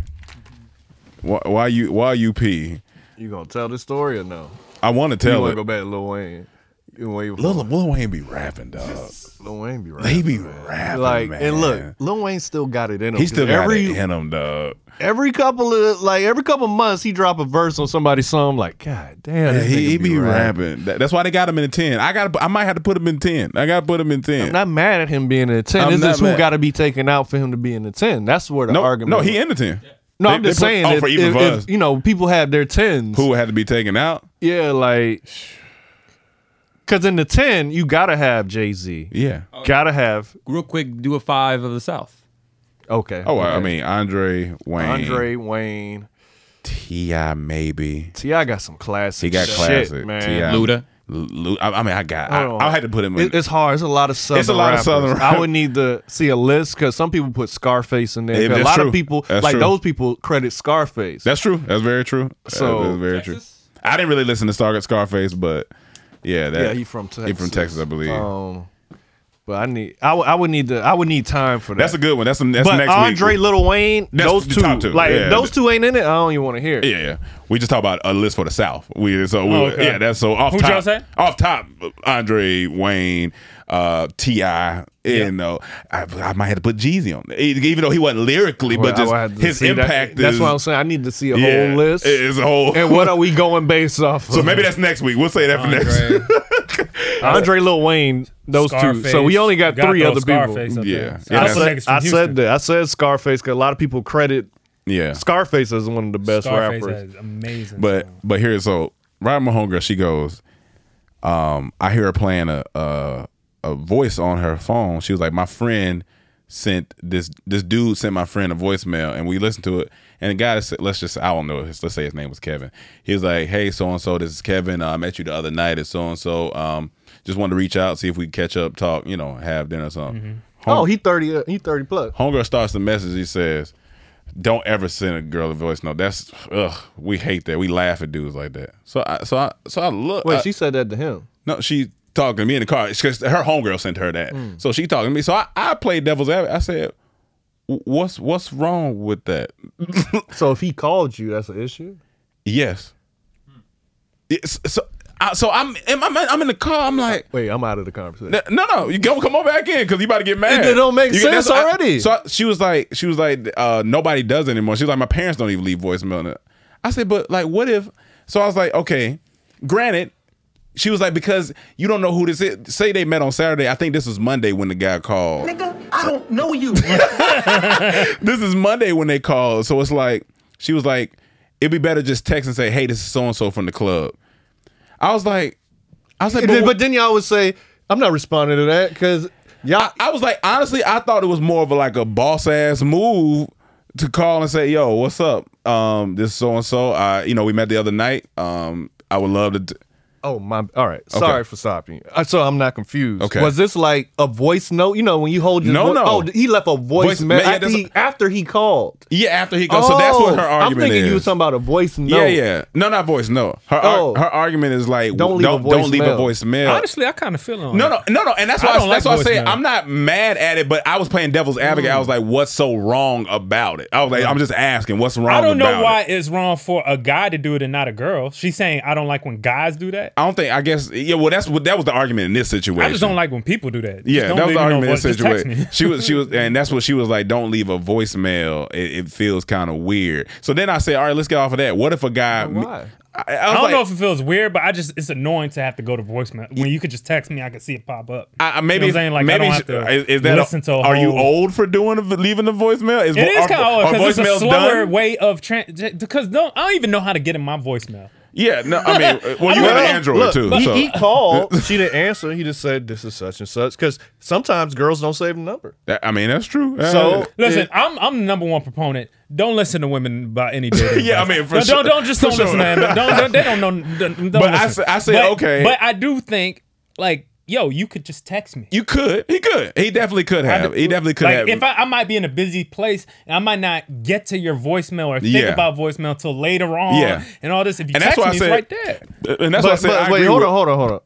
Why, why you why you pee? You gonna tell this story or no? I want to you tell wanna it. go back to Lil Wayne. You wanna wait for- Lil, Lil Wayne be rapping, dog. Lil Wayne be He rapping. be rapping, like man. and look, Lil Wayne still got it in him. he still 'cause got every it in him, dog. every couple of like every couple months he drop a verse on somebody's song. I'm Like God damn, Yeah, this he, nigga he be, rapping. rapping. That- that's why they got him in the ten. I got. I might have to put him in ten. I got to put him in ten. I'm not mad at him being in the ten. I'm This not is who mad. got to be taken out for him to be in the ten. That's where the no, argument. no, he in the ten. No, They- I'm just they put- saying. oh, if, for even if- for if, us. you know, people have their tens. Who had to be taken out? Yeah, like because in the ten, you gotta have Jay Z. Yeah, gotta have. Real quick, do a five of the South. Okay. Oh, I- I okay. mean Andre Wayne, Andre Wayne. Ti maybe. Ti got some classic. He got shit, classic. man. Ti. Luda. Lu- Lu- I, I mean, I got. I, Hold on. I had to put him in. It- it's hard. It's a lot of southern. It's a lot of rappers. Southern I rap- would need to see a list because some people put Scarface in there. Yeah, 'Cause that's A lot true. of people, That's like true. those people, credit Scarface. That's true. That's very true. So- that's very true. I didn't really listen to Star Scarface, but yeah, that yeah, he from Texas. He from Texas, I believe. Um, but I need. I would- I would need to. I would need time for that. that's a good one. That's some. That's but next Andre, week. Little Wayne, That's those the two, top two, like yeah. those two ain't in it. I don't even want to hear. It. Yeah, yeah. We just talk about a list for the South. We so we, Oh, okay. yeah. That's so off. Who'd top, y'all say? Off top, Andre Wayne, uh, Ti. You know, I, I might have to put Jeezy on, there. even though he wasn't lyrically, Well, but I would have just to his see that. impact. That's is- what I'm saying. I need to see a Yeah, whole list. it is a whole- And what are we going based off? So of? maybe that's next week. We'll say that for next. Andre, Lil Wayne, those two. So we only got, three other people. Yeah, yeah. yeah. I that's- said, I said that. I said Scarface because a lot of people credit Yeah. Scarface as one of the best Scarface rappers. is amazing. But but here so Ryan my homegirl, she goes, um, I hear her playing a, a a voice on her phone. She was like, My friend sent this this dude sent my friend a voicemail and we listened to it and the guy said let's just I don't know his, let's say his name was Kevin. He was like, Hey so and so, this is Kevin. Uh, I met you the other night at so and so. Um just wanted to reach out, see if we could catch up, talk, you know, have dinner or something. Home- Oh, he thirty. uh, He thirty plus. Homegirl starts the message. He says, "Don't ever send a girl a voice note. That's ugh. We hate that. We laugh at dudes like that." So I, so I, so I look. Wait, I- she said that to him. no, she talking to me in the car. It's 'cause her homegirl sent her that. Hmm. So she talking to me. So I, I played devil's advocate. I said, "W- "What's what's wrong with that?" So if he called you, that's an issue. Yes. It's- so. I, so I'm, am I'm, I'm in the car. I'm like, Wait, I'm out of the conversation. No, no, no, you go come on back in because you about to get mad. It don't make You get- sense that's- I- already. so I- she was like, she was like, uh, nobody does it anymore. She was like, my parents don't even leave voicemail. I said, but like, what if? So I was like, okay, granted. She was like, because you don't know who this is. Say they met on Saturday. I think this was Monday when the guy called. Nigga, I don't know you. this is Monday when they called. So it's like, she was like, it'd be better just text and say, hey, this is so and so from the club. I was like, I was like, And then- what- but then y'all would say, "I'm not responding to that" because y'all. I was like, honestly, I thought it was more of a, like a boss ass move to call and say, "Yo, what's up? Um, this so and so. I, you know, we met the other night. Um, I would love to." d-" Oh my! All right, Okay. sorry for stopping. you. Uh, So I'm not confused. Okay. was this like a voice note? You know when you hold your No, vo- no. Oh, he left a Voice- voice, ma- yeah, after, that's- he, after he called. Oh, Yeah, after he goes. so that's what her argument I'm thinking is. you were talking about a voice note. Yeah, yeah. No, not voice. No, her ar- Oh. her argument is like Don't don't leave leave a don't, a don't leave a voicemail. voicemail. Honestly, I kind of feel on. no, no, no, no, and that's I why I, don't that's like why I say voicemail. I'm not mad at it, but I was playing devil's advocate. Mm. I was like, "What's so wrong about it?" I was like, "I'm just asking, what's wrong?" I don't know about why It? it's wrong for a guy to do it and not a girl. She's saying I don't like when guys do that. I don't think. I guess. Yeah. Well, that's what that was the argument in this situation. I just don't like when people do that. Just Yeah, don't that was leave the me no argument in this voice. Just text situation. she was, she was, and that's what she was like. Don't leave a voicemail. It, it feels kind of weird. So then I say, all right, let's get off of that. What if a guy? Why? I, I was don't like- know if it feels weird, but I just it's annoying to have to go to voicemail when you could just text me. I can see it pop up. I, I- maybe you know what I'm saying? like maybe I don't have to is, is that listen to. A are you whole- old for doing a, leaving the voicemail? Is, It is are- kind of old are because it's a voicemails slower done? way of tran j- because no, I don't even know how to get in my voicemail. Yeah, no, I mean, uh, well, you I had don't an Android know. Look, too. he, so. he called. she didn't answer. He just said, "This is such and such." Because sometimes girls don't save the number. That- I mean, that's true. So, Uh, Listen, it- I'm I'm the number one proponent. Don't listen to women about any dating. Yeah, I advice. mean, for don't, sure- don't, don't just for don't listen to sure. them. Don't, don't- they don't know. Don't, don't But I listen. s- I say, But- okay. but I do think like yo, you could just text me. you could, he could, he definitely could I have, do- he definitely could like, have. If I, I might be in a busy place and I might not get to your voicemail or think Yeah. about voicemail until later on Yeah. and all this. If you And that's text why I me, said- it's right there. and that's but, why I said, but I wait, agree hold with- on, hold on, hold on.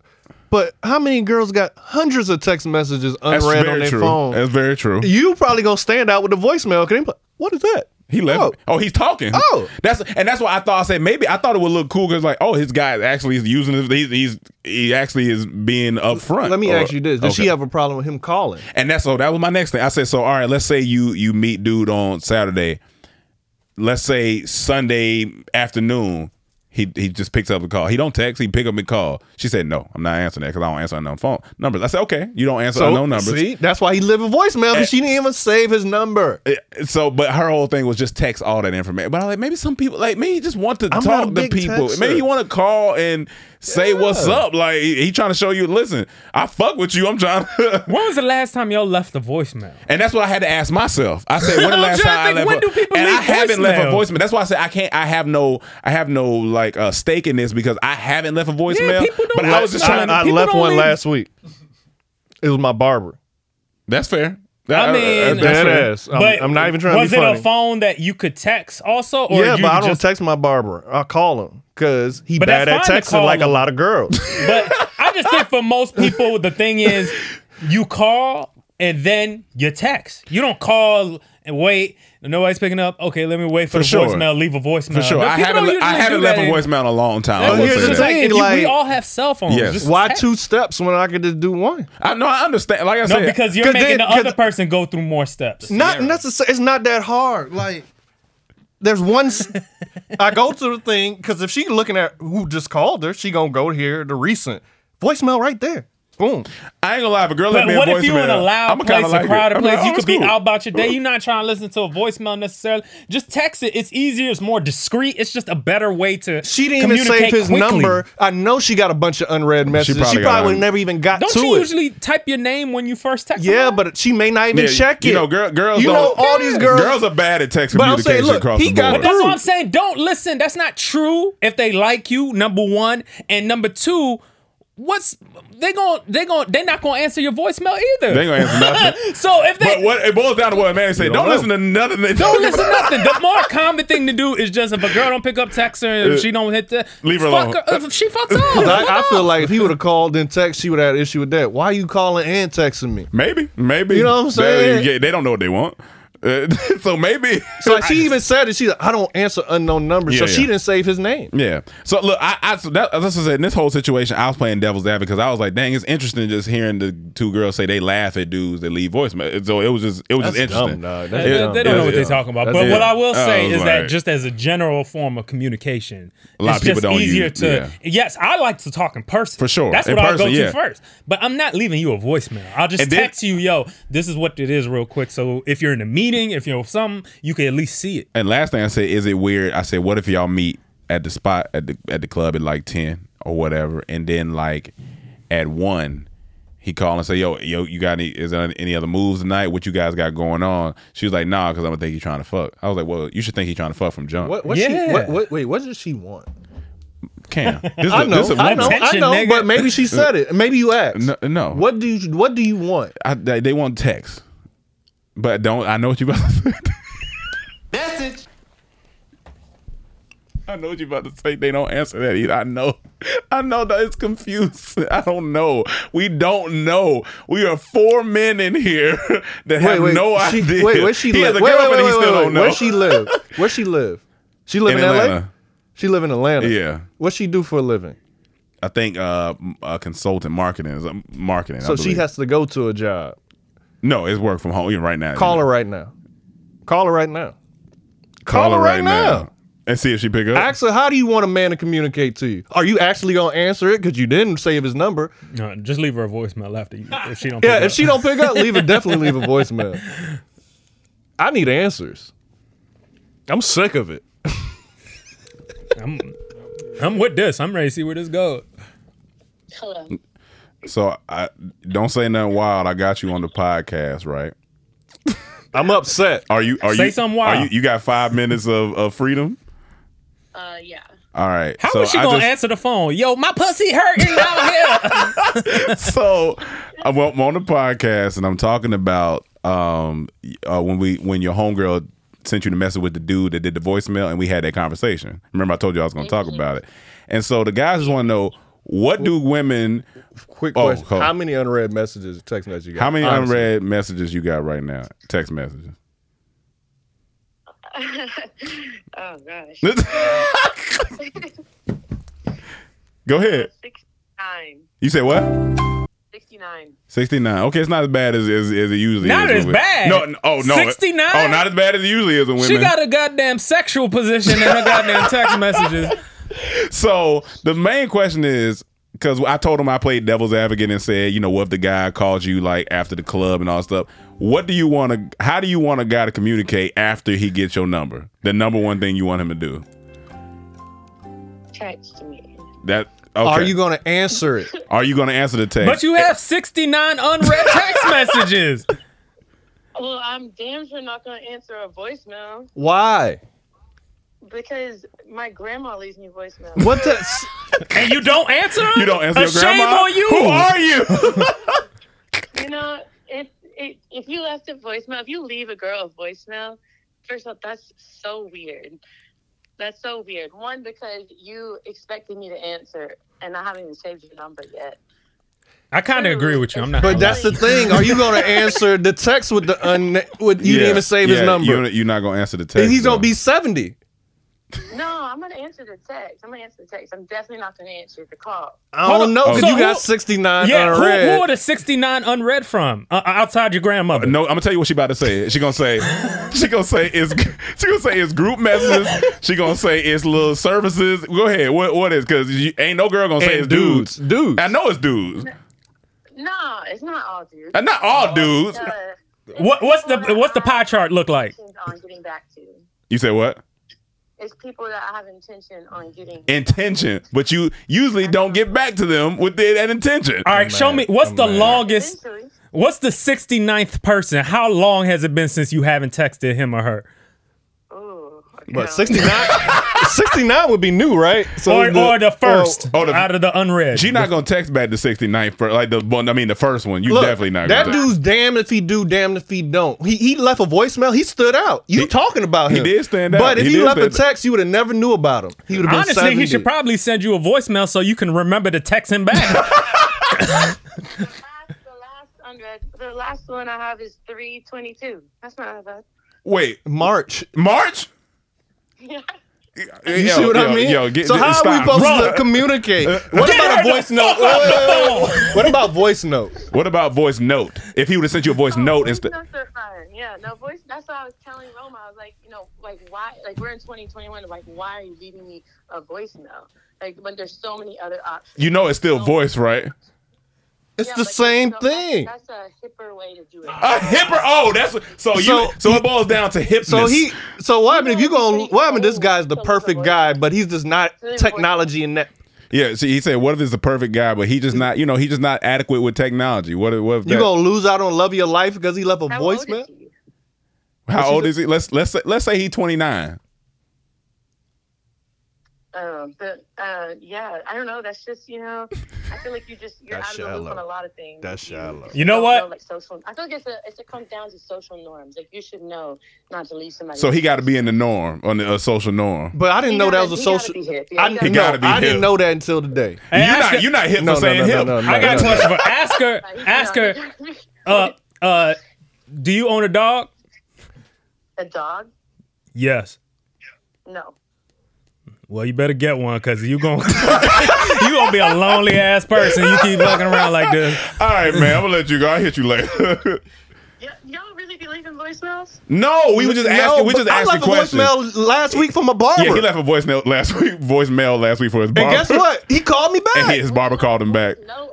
But how many girls got hundreds of text messages That's unread on very their true. phone? That's very true. You probably gonna stand out with the voicemail. Cause they be like, what is that? He left. Oh, he's talking. Oh, that's and that's why I thought I said maybe I thought it would look cool because like oh his guy actually is using his he's, he's he actually is being upfront. Let me Or- ask you this: Oh, Does okay. she have a problem with him calling? And that's so that was my next thing. I said, so all right, let's say you you meet dude on Saturday. Let's say Sunday afternoon, he he just picks up the call. He don't text. He pick up and call. She said, no, I'm not answering that because I don't answer unknown phone numbers. I said, okay, you don't answer So, unknown Eh. numbers. see, that's why he living voicemail because she didn't even save his number. Oh, So, but her whole thing was just text all that information. But I was like, maybe some people like maybe he just want to I'm not a talk to big people. texter. Maybe you want to call and say what's Yeah. up. Like he, he trying to show you, listen, I fuck with you. I'm trying. to- When was the last time y'all left a voicemail? And that's what I had to ask myself. I said, when the I'm last time trying to I left? think, when a- do people and I leave haven't left a voicemail? voicemail. That's why I said I can't. I have no. I have no like uh, stake in this because I haven't left a voicemail. people don't but I like- was just I- trying. I People left don't one leave- last week. It was my barber. That's fair. uh, I mean, that ass. I'm, but I'm not even trying to be Was it funny. a phone that you could text also? Or yeah, you but I don't just, text my barber. I call him because he But bad at that's fine to texting call like a him. lot of girls. But I just think for most people, the thing is, you call and then you text. You don't call and wait. Nobody's picking up. Okay, let me wait for, For the sure. voicemail. Leave a voicemail. for sure, But I people haven't. don't le- I usually haven't do left a that anymore. voicemail in a long time. I Well, will here's say the that. thing, If you- like- we all have cell phones. Yes. Just Why text. two steps when I could just do one? I know. I understand. Like I No, said, because you're 'Cause making then- the 'cause- other person go through more steps. Not necessary. It's not that hard. Like there's one. s- I go to the thing because if she looking at who just called her, she gonna go here the recent voicemail right there. Boom. I ain't gonna lie. If a girl But let me what a if you in a voicemail, loud I'ma place, kinda like a it. crowded I'm like, place? oh, you it's could be cool. out about your day. You're not trying to listen to a voicemail necessarily. Just text it. It's easier. It's more discreet. It's just a better way to. She didn't even save communicate his quickly. number. I know she got a bunch of unread messages. She probably, probably got would un- never even got Don't to you it. usually type your name when you first text? yeah, but she may not even Yeah, check it. You know, girl, girls. You know don't- all these girls. Girls are bad at text But I'm saying, communication look, across he the got board. But that's what I'm saying. Don't listen. That's not true. If they like you, number one, and number two, what's they going they going they're not gonna answer your voicemail either. They ain't gonna answer nothing. so if they But what it boils down to what a man said. don't Don't, know. listen to nothing. They Don't listen to nothing. The more common thing to do is just if a girl don't pick up text her Uh, and if she don't hit the Leave her fuck alone. if she fucks up. 'Cause I, I feel like if he would have called and text, she would have had an issue with that. Why you calling and texting me? Maybe, maybe. You know what I'm saying? They, yeah, they don't know what they want. Uh, so maybe. So like, she even said it. She's like, I don't answer unknown numbers. so Yeah, she yeah. didn't save his name. Yeah. So look, I, I so that, that's what I said. In this whole situation, I was playing devil's advocate because I was like, dang, it's interesting just hearing the two girls say they laugh at dudes that leave voicemail. So it was just, it was That's just interesting. Oh, dumb, dog. They, It- That's they- dumb. they it don't know was- what they're talking about. That's But it. what I will say was is like- that just as a general form of communication, A lot it's of people just don't easier use- to. yeah. Yes, I like to talk in person For sure. That's In what I go person, to yeah. first. But I'm not leaving you a voicemail. I'll just And then- text you, yo, this is what it is, real quick. So if you're in a meeting, if you're something, you can at least see it. And last thing I said, is it weird? I said, what if y'all meet at the spot at the at the club at like ten or whatever, and then like at one, he call and say, yo, yo, you got any? Is there any other moves tonight? What you guys got going on? She was like, nah, because I'm gonna think he trying to fuck. I was like, well, you should think he trying to fuck from jump. What, what yeah. she, what, what, wait, what does she want? Cam. This is I a- know, this is a I know, woman. I know, but maybe she said it. Maybe you asked. No, no. What do you What do you want? I, they, they want text, but don't. I know what you about to say. Message. I know what you about to say. They don't answer that either. I know. I know that it's confused. I don't know. We don't know. We are four men in here that have no she, idea. Wait, where she He has live? a Wait, wait, girlfriend wait, and he wait, still wait, don't know. Where she live? Where she live? She live in, LA. Atlanta. She live in Atlanta. Yeah. What she do for a living? I think uh, m- uh consultant marketing is um, marketing. I So she believe. has to go to a job. no. It's work from home even right now. Call her right now. Call her right now. Call, her right, now. and see if she pick up. Ask her, how do you want a man to communicate to you? Are you actually gonna answer it? Because you didn't save his number. No, just leave her a voicemail after you if she don't. yeah, pick if she don't pick up, leave a definitely leave a voicemail. I need answers. I'm sick of it. I'm, I'm with this. I'm ready to see where this goes. So I don't say nothing wild. I got you on the podcast, right? I'm upset. Are you? Are Say you? something Are you, wild. you got five minutes of, of freedom. Uh, yeah. All right. How is so she I gonna just- answer the phone? Yo, my pussy hurting out here. so I'm on I'm on the podcast and I'm talking about um uh, when we when your homegirl sent you the message with the dude that did the voicemail and we had that conversation. Remember I told you I was going to Mm-hmm. talk about it. And so the guys just want to know what do women Quick Oh, question. hold on. How many unread messages, text messages you got? how many Honestly. unread messages you got right now? Text messages. oh gosh. Go Uh, ahead. Nine. You said what? 69. 69. Okay, it's not as bad as as, as it usually Not is. as with- bad. No, n- oh no. 69? Oh, not as bad as it usually is with women. She got a goddamn sexual position in her goddamn text messages. so the main question is because I told him I played devil's advocate and said, you know, what if the guy called you like after the club and all stuff? What do you want to? How do you want a guy to communicate after he gets your number? The number one thing you want him to do. Text me. That okay. Are you going to answer it? Are you going to answer the text? But you have 69 unread text messages. Well, I'm damn sure not going to answer a voicemail Why? because my grandma leaves me voicemail. What the? s- And you don't answer 'em? You don't answer a your grandma? Shame on you. Who are you? You know, if, if, if you left a voicemail, if you leave a girl a voicemail, first of all, that's so weird. That's so weird. One, because you expected me to answer, and I haven't even saved your number yet. I kind of agree with you. I'm not. But gonna that's lie. the thing. Are you going to answer the text with the un? With you Yeah, didn't even save yeah, his number. You're, you're not going to answer the text. He's though. going to be seventy. No, I'm gonna answer the text. I'm gonna answer the text. I'm definitely not gonna answer the call. I Hold on. don't Oh. know because So you got who- sixty nine Yeah, who, unread. who are the 69 unread from uh, outside your grandmother? Uh, No, I'm gonna tell you what she about to say. She gonna say, she gonna say it's she gonna say it's group messages. She gonna say it's little services. Go ahead. What what is? Because ain't no girl gonna say it's And dudes. dudes. I know it's dudes. No, it's not all dudes. And not all dudes. Uh, What, what's the what's the pie chart look like? intentions on getting back to. You say what? It's people that I have intention on getting. Intention, but you usually don't get back to them with the, that intention. All right, show me what's the longest. Eventually. What's the 69th person? How long has it been since you haven't texted him or her? But 69, 69 would be new, right? or, or the first oh, the- out of the unread. She not gonna text back the 69th. For, like the one. I mean the first one. You Look, definitely not. That gonna text. dude's damn if he do, damn if he don't. He he left a voicemail. He stood out. You talking about he him? did stand out. But if He he, did left a stand out. text, you would have never knew about him. He would have been Honestly, 70. he should probably send you a voicemail so you can remember to text him back. The last unread, the last one I have is three twenty-two. That's not bad. Wait, March. March. Yeah. You see what I mean? so how are we supposed to communicate? What Get about her a the voice note? fuck off Wait, the wait, wait, wait, wait. What about voice note? What about voice note? If he would have sent you a voice Oh, note instead. That's so fun. Yeah, no voice. That's what I was telling Roma. I was like, you know, like why? Like we're in 2021. Like why are you leaving me a voicemail? Like when there's so many other options. You know it's still voice, right? It's Yeah, the but same so that's- thing. That's, a hipper way to do A it. hipper. Oh, that's so you. So, So- it boils down to hipness. So he. So what happened if you going? What happened? This guy's the perfect guy, but he's just not technology and that. Yeah. See, he said, "What if it's the perfect guy, but he just not? You know, he just not adequate with technology. What? If, what if You that- gonna lose out on love of your life because he left a voicemail? How old is he? Let's let's say, let's say he's twenty nine. Um, but uh, yeah, I don't know. That's just you know, I feel like you just you're That's out of the loop on shallow. a lot of things. That's shallow. You know what? know, like social. I feel like it's a, it's, it comes down to social norms. Like you should know not to leave somebody. So he got to be in the norm, on the a social norm. But I didn't He know that gotta- was a he gotta social. be hip. Yeah, I, he didn't- gotta no, be I hip. didn't know that until today. Hey, You're ask not- her- you're not hip No, for no, saying no, hip. no, no, I got no, a no. question for ask her. Ask her. Uh, uh, do you own a dog? A dog? Yes. No. Well, you better get one because you going you gonna be a lonely ass person. You keep looking around like this. All right, man. I'm gonna let you go. I'll hit you later. Y'all really be leaving voicemails? no, we were just No, asking. We but just I asking left a questions. voicemail last week from a barber. Yeah, he left a voicemail last week. Voicemail last week for his barber. and guess what? He called me And back. he- his barber called him back. uh,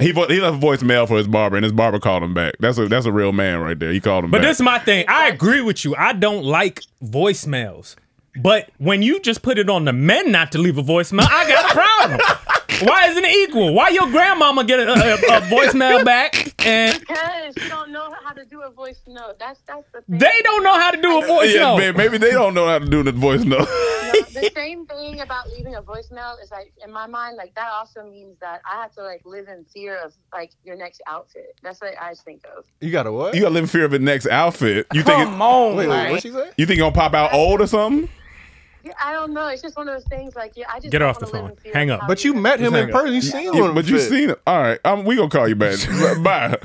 He vo- he left a voicemail for his barber, and his barber called him back. That's a that's a real man right there. He called him But back. this is my thing. I agree with you. I don't like voicemails. But when you just put it on the men not to leave a voicemail, I got a problem. Why isn't it equal? Why your grandmama get a, a, a voicemail back and Because you don't know how to do a voice note. That's that's the thing. they don't know how to do a voicemail? yeah, man, maybe they don't know how to do the voicemail. the same thing about leaving a voicemail is like in my mind, like that also means that I have to like live in fear of like your next outfit. That's what I think of. You got a what? You gotta live in fear of the next outfit. You think? Come it- on, Wait, wait, man. what'd she say? You think it'll pop out old or something? Yeah, I don't know. It's just one of those things. Like yeah, I just Get don't off the wanna live phone. in fear Hang of up. how But you people- met him in person. You seen him. Yeah, but you seen him. All right, I'm, we gonna call you back. Bye.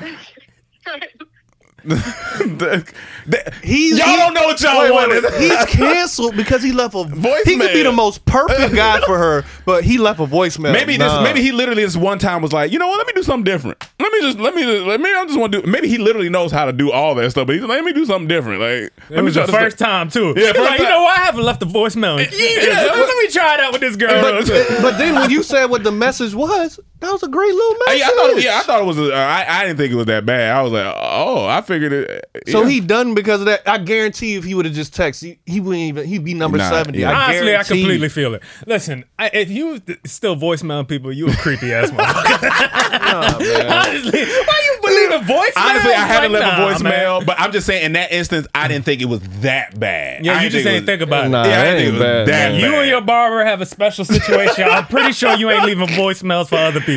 He's, Y'all he- don't know what y'all wait, wait, wanted. wait. He's canceled because he left a voicemail. He could be Voicemail. the most perfect guy for her, but he left a voicemail. Maybe Nah. this. Maybe he literally this one time was like, you know what? Let me do something different. Let me just. Let me. Just, let me. I just want to do. Maybe he literally knows how to do all that stuff, but he's like, let me do something different. Like, It let me was try the this first stuff. time too. Yeah, Yeah, first like, you time. know what? I haven't left a voicemail. in years. yeah, let, me try it out with this girl. But, but then when you said what the message was, that was a great little Hey, message. I thought. Yeah, I thought it was. uh, I I didn't think it was that bad. I was like, oh, I figured it. so yeah. he done because of that. I guarantee if he would have just texted, he, he wouldn't even. He'd be number Nah, seventy. yeah. I Honestly, I guarantee. completely feel it. Listen, I, if you th- still voicemail people, you a creepy ass motherfucker. Honestly, why you believe in voicemail? Honestly, I haven't Like, left a nah, man. voicemail, but I'm just saying in that instance, I didn't think it was that bad. Yeah, I you didn't just it ain't was- think about it. Nah, Yeah, I that didn't ain't think it was bad, that man. You bad. and your barber have a special situation. I'm pretty sure you ain't leaving voicemails for other people.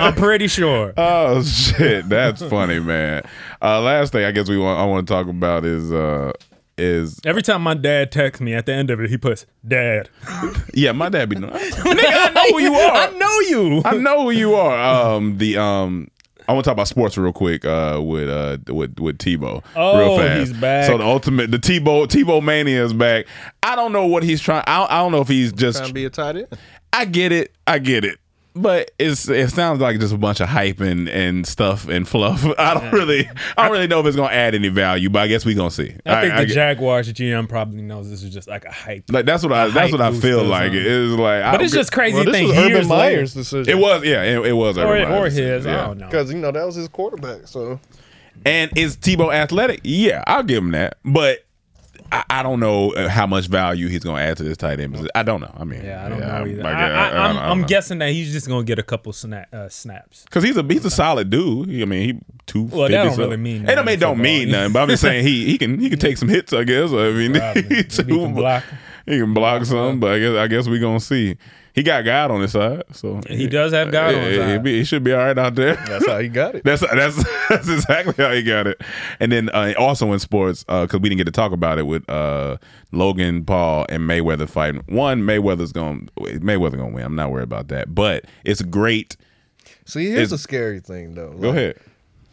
I'm pretty sure. Oh shit, that's funny, man. Uh, last thing I guess we want I want to talk about is uh is Every time my dad texts me at the end of it, he puts "Dad." yeah, my dad be knowing. Nigga, I know who you are. I know you. I know who you are. Um, the um, I want to talk about sports real quick. Uh, with uh, with with Tebow. real Oh, fast. he's back. So the ultimate, the Tebow Tebow mania is back. I don't know what he's trying. I, I don't know if he's just Trying to be a tight end. I get it. I get it. But it's it sounds like just a bunch of hype and, and stuff and fluff. I don't really I don't really know if it's gonna add any value, but I guess we gonna see. I think the get- Jaguars GM probably knows this is just like a hype. like that's what I a that's hype what I boost feel or like. It something. is like But I- it's just crazy Well, to this think was Urban years later- Meyer's decision. It was yeah, it, it was Or- Urban or Meyer's his, decision, I yeah. don't know. because you know that was his quarterback. So And is Tebow athletic? Yeah, I'll give him that. But I, I don't know how much value he's gonna add to this tight end. position. I don't know. I mean, Yeah, I don't know either. I- I- I, I, I am don't know. guessing that he's just gonna get a couple sna- uh, snaps. Cause he's a he's a solid dude. He- I mean, he two. Well, that don't really mean It nothing don't mean in don't football. mean nothing. But I'm just saying he he can he can take some hits. I guess. I mean, Probably. he, Maybe he can block. He can block some, but I guess I guess we gonna see. He got God on his side, so He does have God on his Yeah, He, side. be- he should be all right out there. that's how he got it. That's that's that's exactly how he got it. And then uh, also in sports, because we didn't get to talk about it with uh, Logan Paul and Mayweather fighting. One, Mayweather's going to Mayweather gonna win. I'm not worried about that. But it's great. See, here's It's- the scary thing though. Go Like, ahead.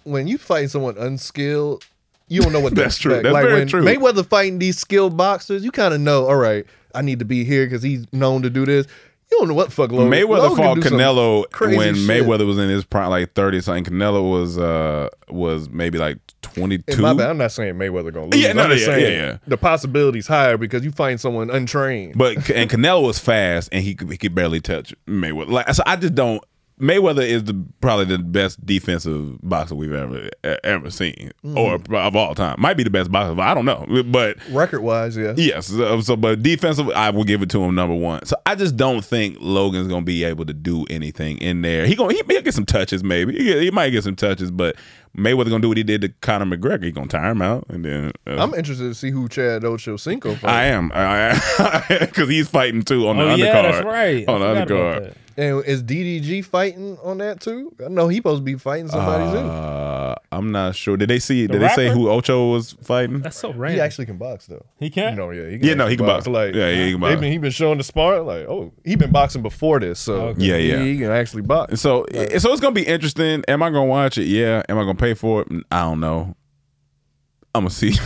When you fight someone unskilled, you don't know what to That's true. expect. That's like very when true. Mayweather fighting these skilled boxers, you kind of know. All right, I need to be here because he's known to do this. You don't know what the fuck Logan. Uh, Mayweather Logan fought do some Canelo crazy when shit. Mayweather was in his prime, like thirty something. Canelo was uh was maybe like twenty And two. my bad, I'm not saying Mayweather gonna lose. Yeah, no, I'm just yeah, saying yeah, yeah. The possibility's higher because you find someone untrained. But and Canelo was fast and he could, he could barely touch Mayweather. Like so, I just don't. Mayweather is the, probably the best defensive boxer we've ever e- ever seen, Mhm. or pro- of all time. Might be the best boxer. I don't know, but Record wise, yeah. yes. So, so, but defensive, I will give it to him number one. So I just don't think Logan's gonna be able to do anything in there. He gonna he, he'll get some touches, maybe. He, he might get some touches, but Mayweather gonna do what he did to Conor McGregor. He gonna tire him out, and then uh, I'm interested to see who Chad Ochocinco fights. I am because he's fighting too on the Oh, undercard. yeah, that's right. I On the forgot about undercard. And is DDG fighting on that too? I know he supposed to be fighting somebody too. Uh, I'm not sure. Did they see? The did they say rapper? who Ocho was fighting? That's so He actually can box though. He can. No, yeah, he Yeah, no, he can box. Like, Yeah, yeah, he can they box. Been, he been showing the sparring. Like, oh, he been boxing before this, so Yeah, yeah. he can actually box. So, so it's gonna be interesting. Am I gonna watch it? Yeah. Am I gonna pay for it? I don't know. I'm gonna see.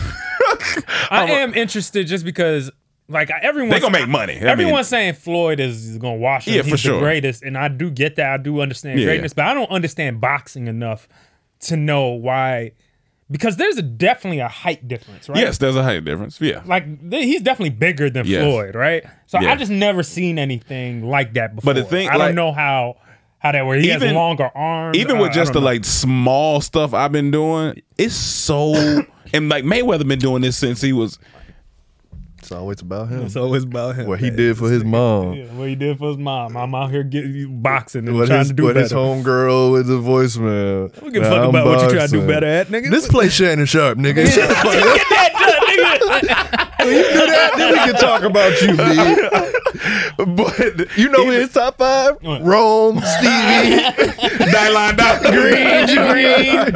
I am interested just because, like, everyone They gonna make money. I mean- everyone's saying Floyd is, is gonna wash him. Yeah, He's for the sure. greatest, and I do get that. I do understand Yeah. greatness, but I don't understand boxing enough to know why. Because there's a, definitely a height difference, right? Yes, there's a height difference. Yeah. Like th- he's definitely bigger than Yes. Floyd, right? So Yeah. I just never seen anything like that before. But the thing- I don't like- know how how that where he has Even- longer arms. Even I- I Uh, with just the don't know. like small stuff I've been doing, it's so and like Mayweather been doing this since he was. It's always about him. It's always about him. What he did for his mom. Yeah, what he did for his mom. I'm out here getting you boxing and What trying his, to do what better. his homegirl with the voicemail. don't give a fuck about what you try to do better at, nigga. This play Shannon Sharp, nigga. Shut the fuck up. When you do that, then we can talk about you, B. But you know who his top five? Rome, Stevie, Dylan Dot, Green, Green,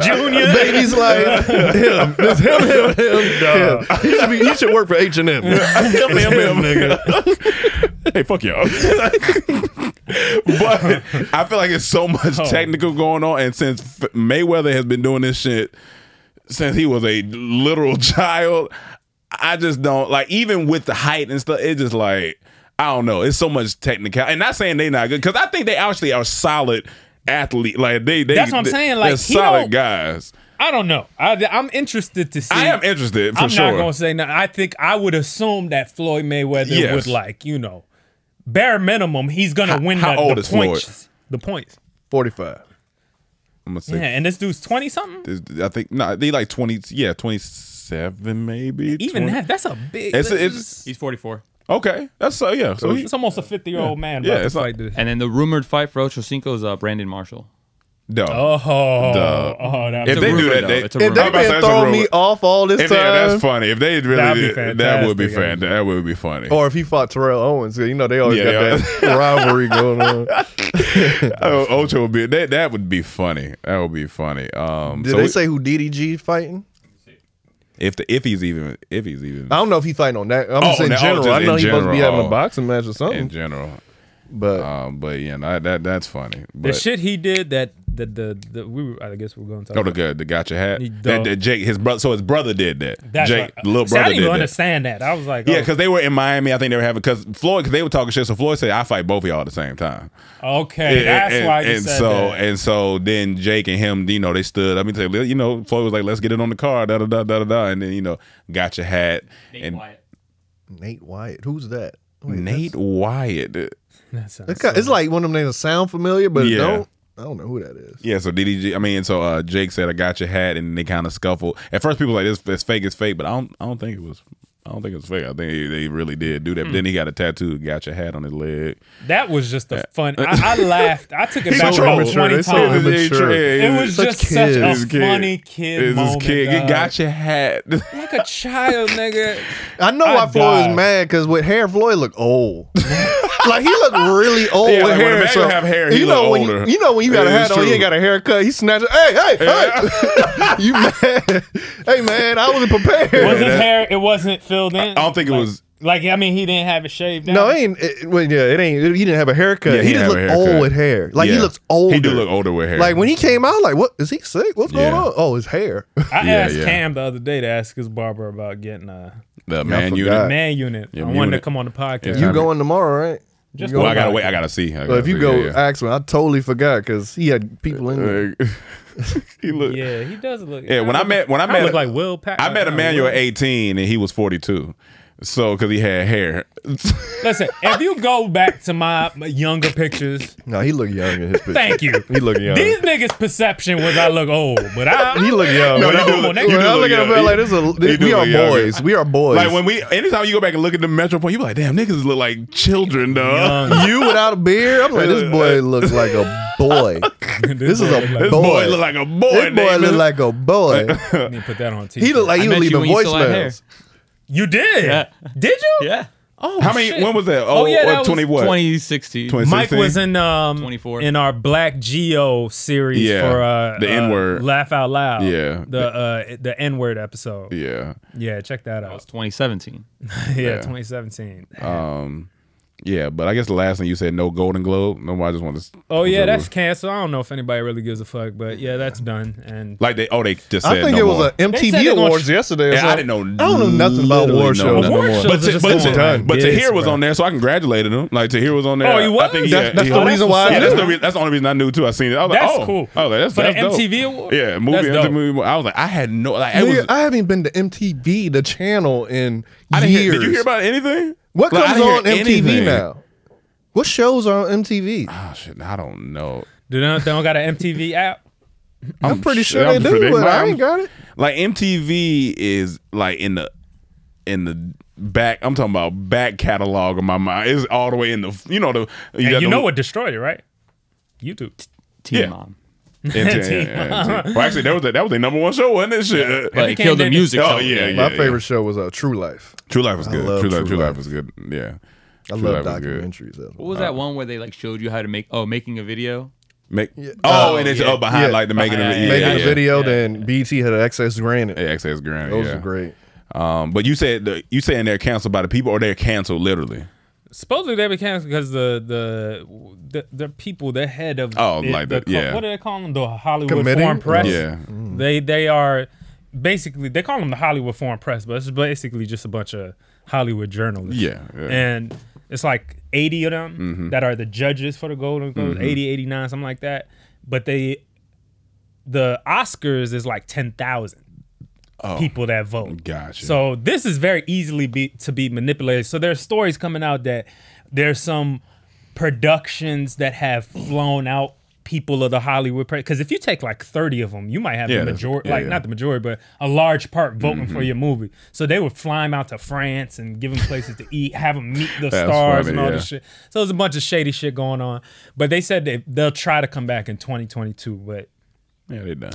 Junior, Baby's Life, him. It's him, him, him, him. He should, be, he should work for H and M. him, him, nigga. Hey, fuck y'all. but I feel like it's so much technical going on, and since F- Mayweather has been doing this shit since he was a literal child, I just don't like. Even with the height and stuff, it's just like I don't know. It's so much technical, and not saying they not good because I think they actually are solid athlete. Like they, they That's what I'm saying, like, they're he solid don't- guys. I don't know. I, I'm interested to see. I am interested for I'm sure. not gonna say nothing. I think I would assume that Floyd Mayweather Yes. would like you know, bare minimum, he's gonna win how the, old the is Floyd? points. The points. Forty five. I'm gonna say Yeah, and this dude's twenty something. Is- I think no, they like twenty. Yeah, twenty seven maybe. Even 20. that, that's a big. It's, that's it's just- He's 44. okay. That's so yeah. So he, it's almost a fifty-year-old man. Yeah, about to it's not- fight this. And then the rumored fight for Ocho Cinco is uh, Brandon Marshall. Duh. Oh, oh, that'd if It's a they do rumor, that, though. they, It's a rumor. I'm about to say Been it's a throwing rumor. me off all this If- time. yeah, that's funny. If they That'd be really did, that would be fantastic, Oh, fan. That would be funny. Or if he fought Terrell Owens, you know they always Yeah, got they that rivalry going on. Oh, Ocho would be that. That would be funny. That would be funny. Um, Did so they we- say who DDG fighting? if the, if he's even if he's even I don't know if he fighting on that. I'm just Oh, saying no, oh, general. just I know in he's supposed to be general. having a boxing match or in something. general? But um, but yeah, no, that that's funny. The But, shit he did that the the, the we were, I guess we're going to Oh, the guy, the gotcha hat. He That, dumb. that Jake, his brother. So his brother did that. That's Jake, right. little See, I brother didn't even did that. understand that. I was like, Yeah, oh, because they were in Miami. I think they were having because Floyd, cause they were talking shit. So Floyd said, "I fight both of y'all at the same time." oh, okay, And- that's and, why he and said so that. and so then Jake and him, you know, they stood. I mean, they- you know, Floyd was like, "Let's get it on the car." Da da da da da. da. And then you know, got your hat and Nate Wyatt, who's that? Nate Wyatt. It's, ki- it's like one of them names that sound familiar, but Yeah. don't. I don't know who that is. Yeah, so DDG. I mean, so uh, Jake said, "I got your hat," and they kind of scuffled. At first, people were like, "This this fake is fake," but I don't, I don't think it was. I don't think it was fake. I think they, they really did do that. But then he got a tattoo, got your hat on his leg. That was just a fun. I, I laughed. I took it He's back so over immature. twenty It's so times. immature. It was Such just such a kids. funny kid It's moment. This kid, dog. get got your hat. like a child, nigga. I know I why Floyd died. is mad because with hair, Floyd look old. like he look really old Yeah, with like, when hair. a man so- don't have hair, he you look know when you, older. you know when you got a It is hat on, you true. ain't got a haircut. He snatches. Hey, hey, hey! you mad? hey, man, I wasn't prepared. Was his hair? It wasn't filled in. I don't think it was. Like I mean, he didn't have it shaved down. No, it ain't. It, well, yeah, it ain't. He didn't have a haircut. he, didn't have just a looked haircut. old with hair. Like he Yeah. looks older. He do look older with hair. Like when he came out, like what is he sick? What's going on? Oh, his hair. I Yeah, asked yeah. Cam the other day to ask his barber about getting a the man forgot. unit. man unit. Yeah, I man wanted to unit. come on the podcast. You going tomorrow, right? Just You Well, going I gotta tomorrow? wait. I gotta see. I Oh Well, gotta if you see. go Yeah, yeah. ask him, I totally forgot because he had people in there. he look. Yeah. Yeah, he does look. when I met when I I met look like Will Patton. I met Emmanuel at 18 and he was 42. So, because he had hair. Listen, if you go back to my my younger pictures, No, he look young in his picture. Thank you. He look young. these niggas' perception was I look old, but I He look young. No, When I- you do when look- I you do look look at him, young. I'm like, this is a- He this- do we are look young. boys. We are boys. Like when we, anytime you go back and look at the Metro point, you be like, damn, niggas look like children, dog. you without a beard, I'm like, this boy looks like a boy. this is a boy. This boy look like a boy, This boy Damon. look like a boy. Need to put that on. a He look like t-shirt. he was leaving voicemails. You did? Did you? Yeah. Oh, How many- shit. when was that? Oh, Oh, yeah, uh, that was 20 what? 2016. Mike 2016? was in um 24. in our Black Geo series Yeah, for uh, the uh, N-word. Laugh Out Loud. Yeah. the uh, the N word episode. Yeah. yeah, check that out. 2017. yeah, Yeah. 2017. Um, yeah, but I guess the last thing you said, no Golden Globe. Nobody just wants to. Oh yeah, was that's canceled. I don't know if anybody really gives a fuck, but yeah, that's done. And like they. Oh, they just. I said think no it was more. a MTV Awards yesterday or Yeah, I something. didn't know. I don't know nothing about literally award no shows nothing. But, anymore. Awards shows t- are but, just t- done. but Yes, Tahir was bro. on there, so I congratulated him. Like Tahir was on there. Oh, he I think was? yeah, That's- that's yeah. the Oh, reason that's why I- Yeah, that's the, re- that's the only reason I knew too. I seen it. I was That's like, oh. cool. I was like, that's, For the that's dope. MTV award? Yeah, movie That's after dope. movie. I was like, I had no. Like, it Nigga, was, I haven't been to MTV, the channel, in I didn't years. hear, did you hear about anything? What Like, I comes didn't hear on MTV anything. now? What shows are on MTV? Oh shit, I don't know. do they they don't got an MTV app? I'm, pretty sure I'm they sure do, but I might. ain't got it. Like MTV is like in the in the back. I'm talking about back catalog of my mind. It's all the way in the you know the got And you the- know what destroyed it, right? YouTube. Yeah. And T- yeah, yeah, T- well, actually, that was the, that was their number one show, wasn't it? Shit. Like, it killed the music Oh something. yeah, yeah. My yeah. favorite show was uh, True Life. True Life was I good. love True Life, True True Life. Life was good. Yeah. I True love Life was good. documentaries. That's What was that one where they like showed you how to make? Oh, making a video. Make oh, and it's yeah. oh behind like the making Behind, of it. Making yeah, a yeah. video, then BT had access granted. Yeah, excess Grammy. Those yeah. are great. Um, but you said the, you saying they're canceled by the people, or they're canceled literally. Supposedly they were canceled because the the the, the people, the head of Oh, it- like the that, co- yeah. What do they call them? The Hollywood Committee? Foreign Press. Yeah. They they are basically they call them the Hollywood Foreign Press, but it's basically just a bunch of Hollywood journalists. Yeah, yeah. And it's like eighty of them Mhm. that are the judges for the Golden Globes, Mhm. eighty, eighty-nine, 80, 89, something like that. But they the Oscars is like ten thousand Oh. people that vote. Gotcha. So this is very easily be, to be manipulated. So there's stories coming out that there's some productions that have flown out people of the Hollywood because if you take like 30 of them, you might have Yeah, the that's- majority, yeah, like yeah. not the majority, but a large part voting for Mhm. your movie. So they would fly them out to France and give them places to eat, have them meet the That's stars funny, and all yeah. this shit. So there's a bunch of shady shit going on. But they said they, they'll try to come back in 2022, but Yeah, they done.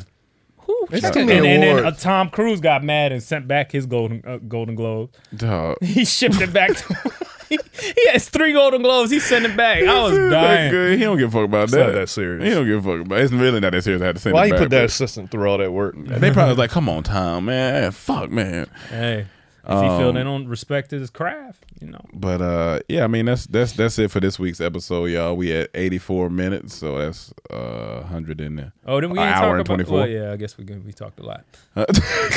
Whew, It's shut too up. many and, and then uh, awards. Tom Cruise got mad and sent back his golden uh, Golden Globe. Dog. He shipped it back. To, he, he has three Golden Globes. He sent it back. I was That dying. good. He don't give a fuck about It's that. not that serious. He don't give a fuck about. It's really not that serious. I had to send Why it he back, put that but- assistant through all that work? They probably was like, "Come on, Tom, man, fuck, man." Hey, if he Um, feel they don't respect his craft, you know. But uh, yeah, I mean that's that's that's it for this week's episode, y'all. We at eighty four minutes, so that's uh hundred in there. Oh, then we An ain't hour talk and about. twenty four. Well, yeah, I guess we can, we talked a lot.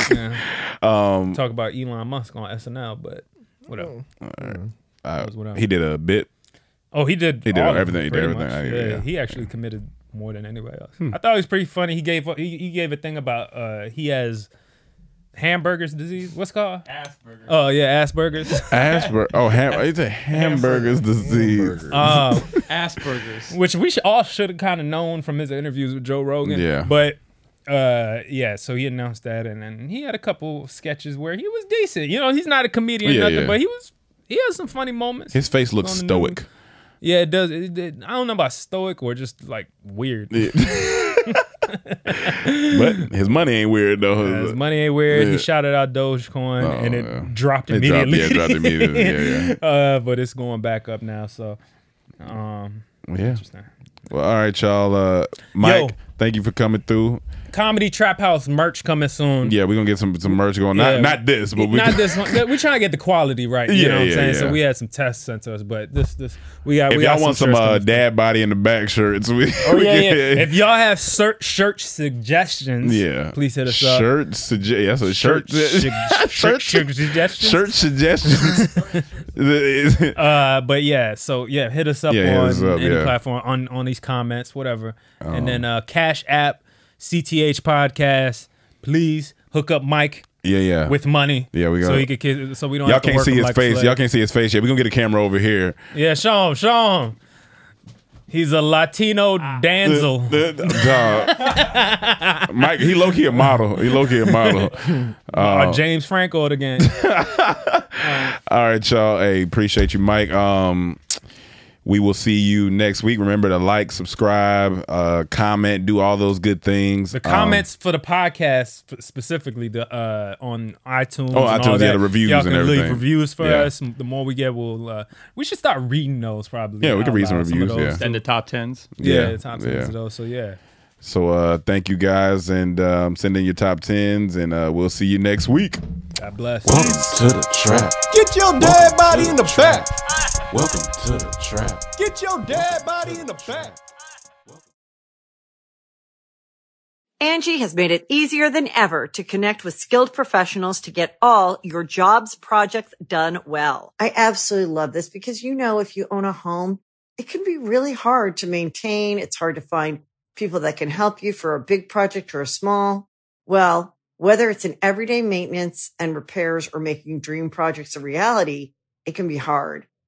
Yeah. um, talk about Elon Musk on SNL, but Oh. whatever. I- was what I- Uh, he did a bit. Oh, he did. He did all of them, everything. He did pretty everything. much. I- yeah. Hmm. he actually committed more than anybody else. I thought it was pretty funny. He gave he, he gave a thing about uh he has hamburgers disease. What's it called Asperger's. Oh yeah, Asperger's. Asperger. Oh, ham- it's a hamburger's disease. Um, Asperger's. which we should, all should have kind of known from his interviews with Joe Rogan. Yeah. But uh, yeah, so he announced that, and then he had a couple sketches where he was decent. You know, he's not a comedian, Yeah, nothing, yeah. but he was he has some funny moments. His face looks on the stoic. news. Yeah, it does. It, it- I don't know about stoic or just like weird. but his money ain't weird though. Uh, his money ain't weird. Yeah. He shouted out Dogecoin, Oh, and it yeah. dropped It dropped- immediately. yeah, it dropped immediately. Yeah, uh, but it's going back up now. So, um, Yeah. interesting. Well, all right, y'all. Uh, Mike, thank you for coming through. Comedy Trap House merch coming soon. Yeah, we're gonna get some some merch going. Yeah. Not not this, but we not this one. We're trying to get the quality right. You Yeah, know what I'm yeah, saying? So yeah. we had some tests sent to us, but this this we got. if we y'all got want some shirts uh, coming. dad body in the back shirts, we, Oh we yeah, yeah. can- If y'all have shirt shirt suggestions, yeah. please hit us up. shirt Sugge- that's a shirt. Shirt, shirt, shirt suggestions. Shirt suggestions. uh, but yeah, so yeah, hit us up Yeah, hit on us up, any yeah. platform on on these comments, whatever, Um, and then uh, Cash App, CTH Podcast. Please hook up Mike. Yeah, yeah. with money. Yeah, we got. so he could kiss. So we don't. Y'all have to can't work see him his like face. slaves. Y'all can't see his face yet. We're gonna get a camera over here. Yeah, show him, show him. He's a Latino damsel. Dog. Mike, he low key a model. He low key a model. Or Uh, James Franco of the gang. All right, y'all. Hey, appreciate you, Mike. Um, we will see you next week. Remember to like, subscribe, uh, comment, do all those good things. The Um, comments for the podcast sp- specifically the uh, on iTunes. Oh, and iTunes, yeah, all that. the reviews Y'all can and leave everything. reviews for Yeah. us. The more we get, we'll. Uh, we should start reading those probably. Yeah, we can out read some loud, of reviews, those. yeah. And the top tens. Yeah, Um, Yeah, the top yeah. tens of those. So yeah. so uh, thank you guys, and um, send in your top tens, and uh, we'll see you next week. God bless. Welcome to the trap. Get your dead body in the back. Welcome to the trap. Get your dead body in the back. Angie has made it easier than ever to connect with skilled professionals to get all your jobs projects done well. I absolutely love this because, you know, if you own a home, it can be really hard to maintain. It's hard to find people that can help you for a big project or a small. Well, whether it's in everyday maintenance and repairs or making dream projects a reality, it can be hard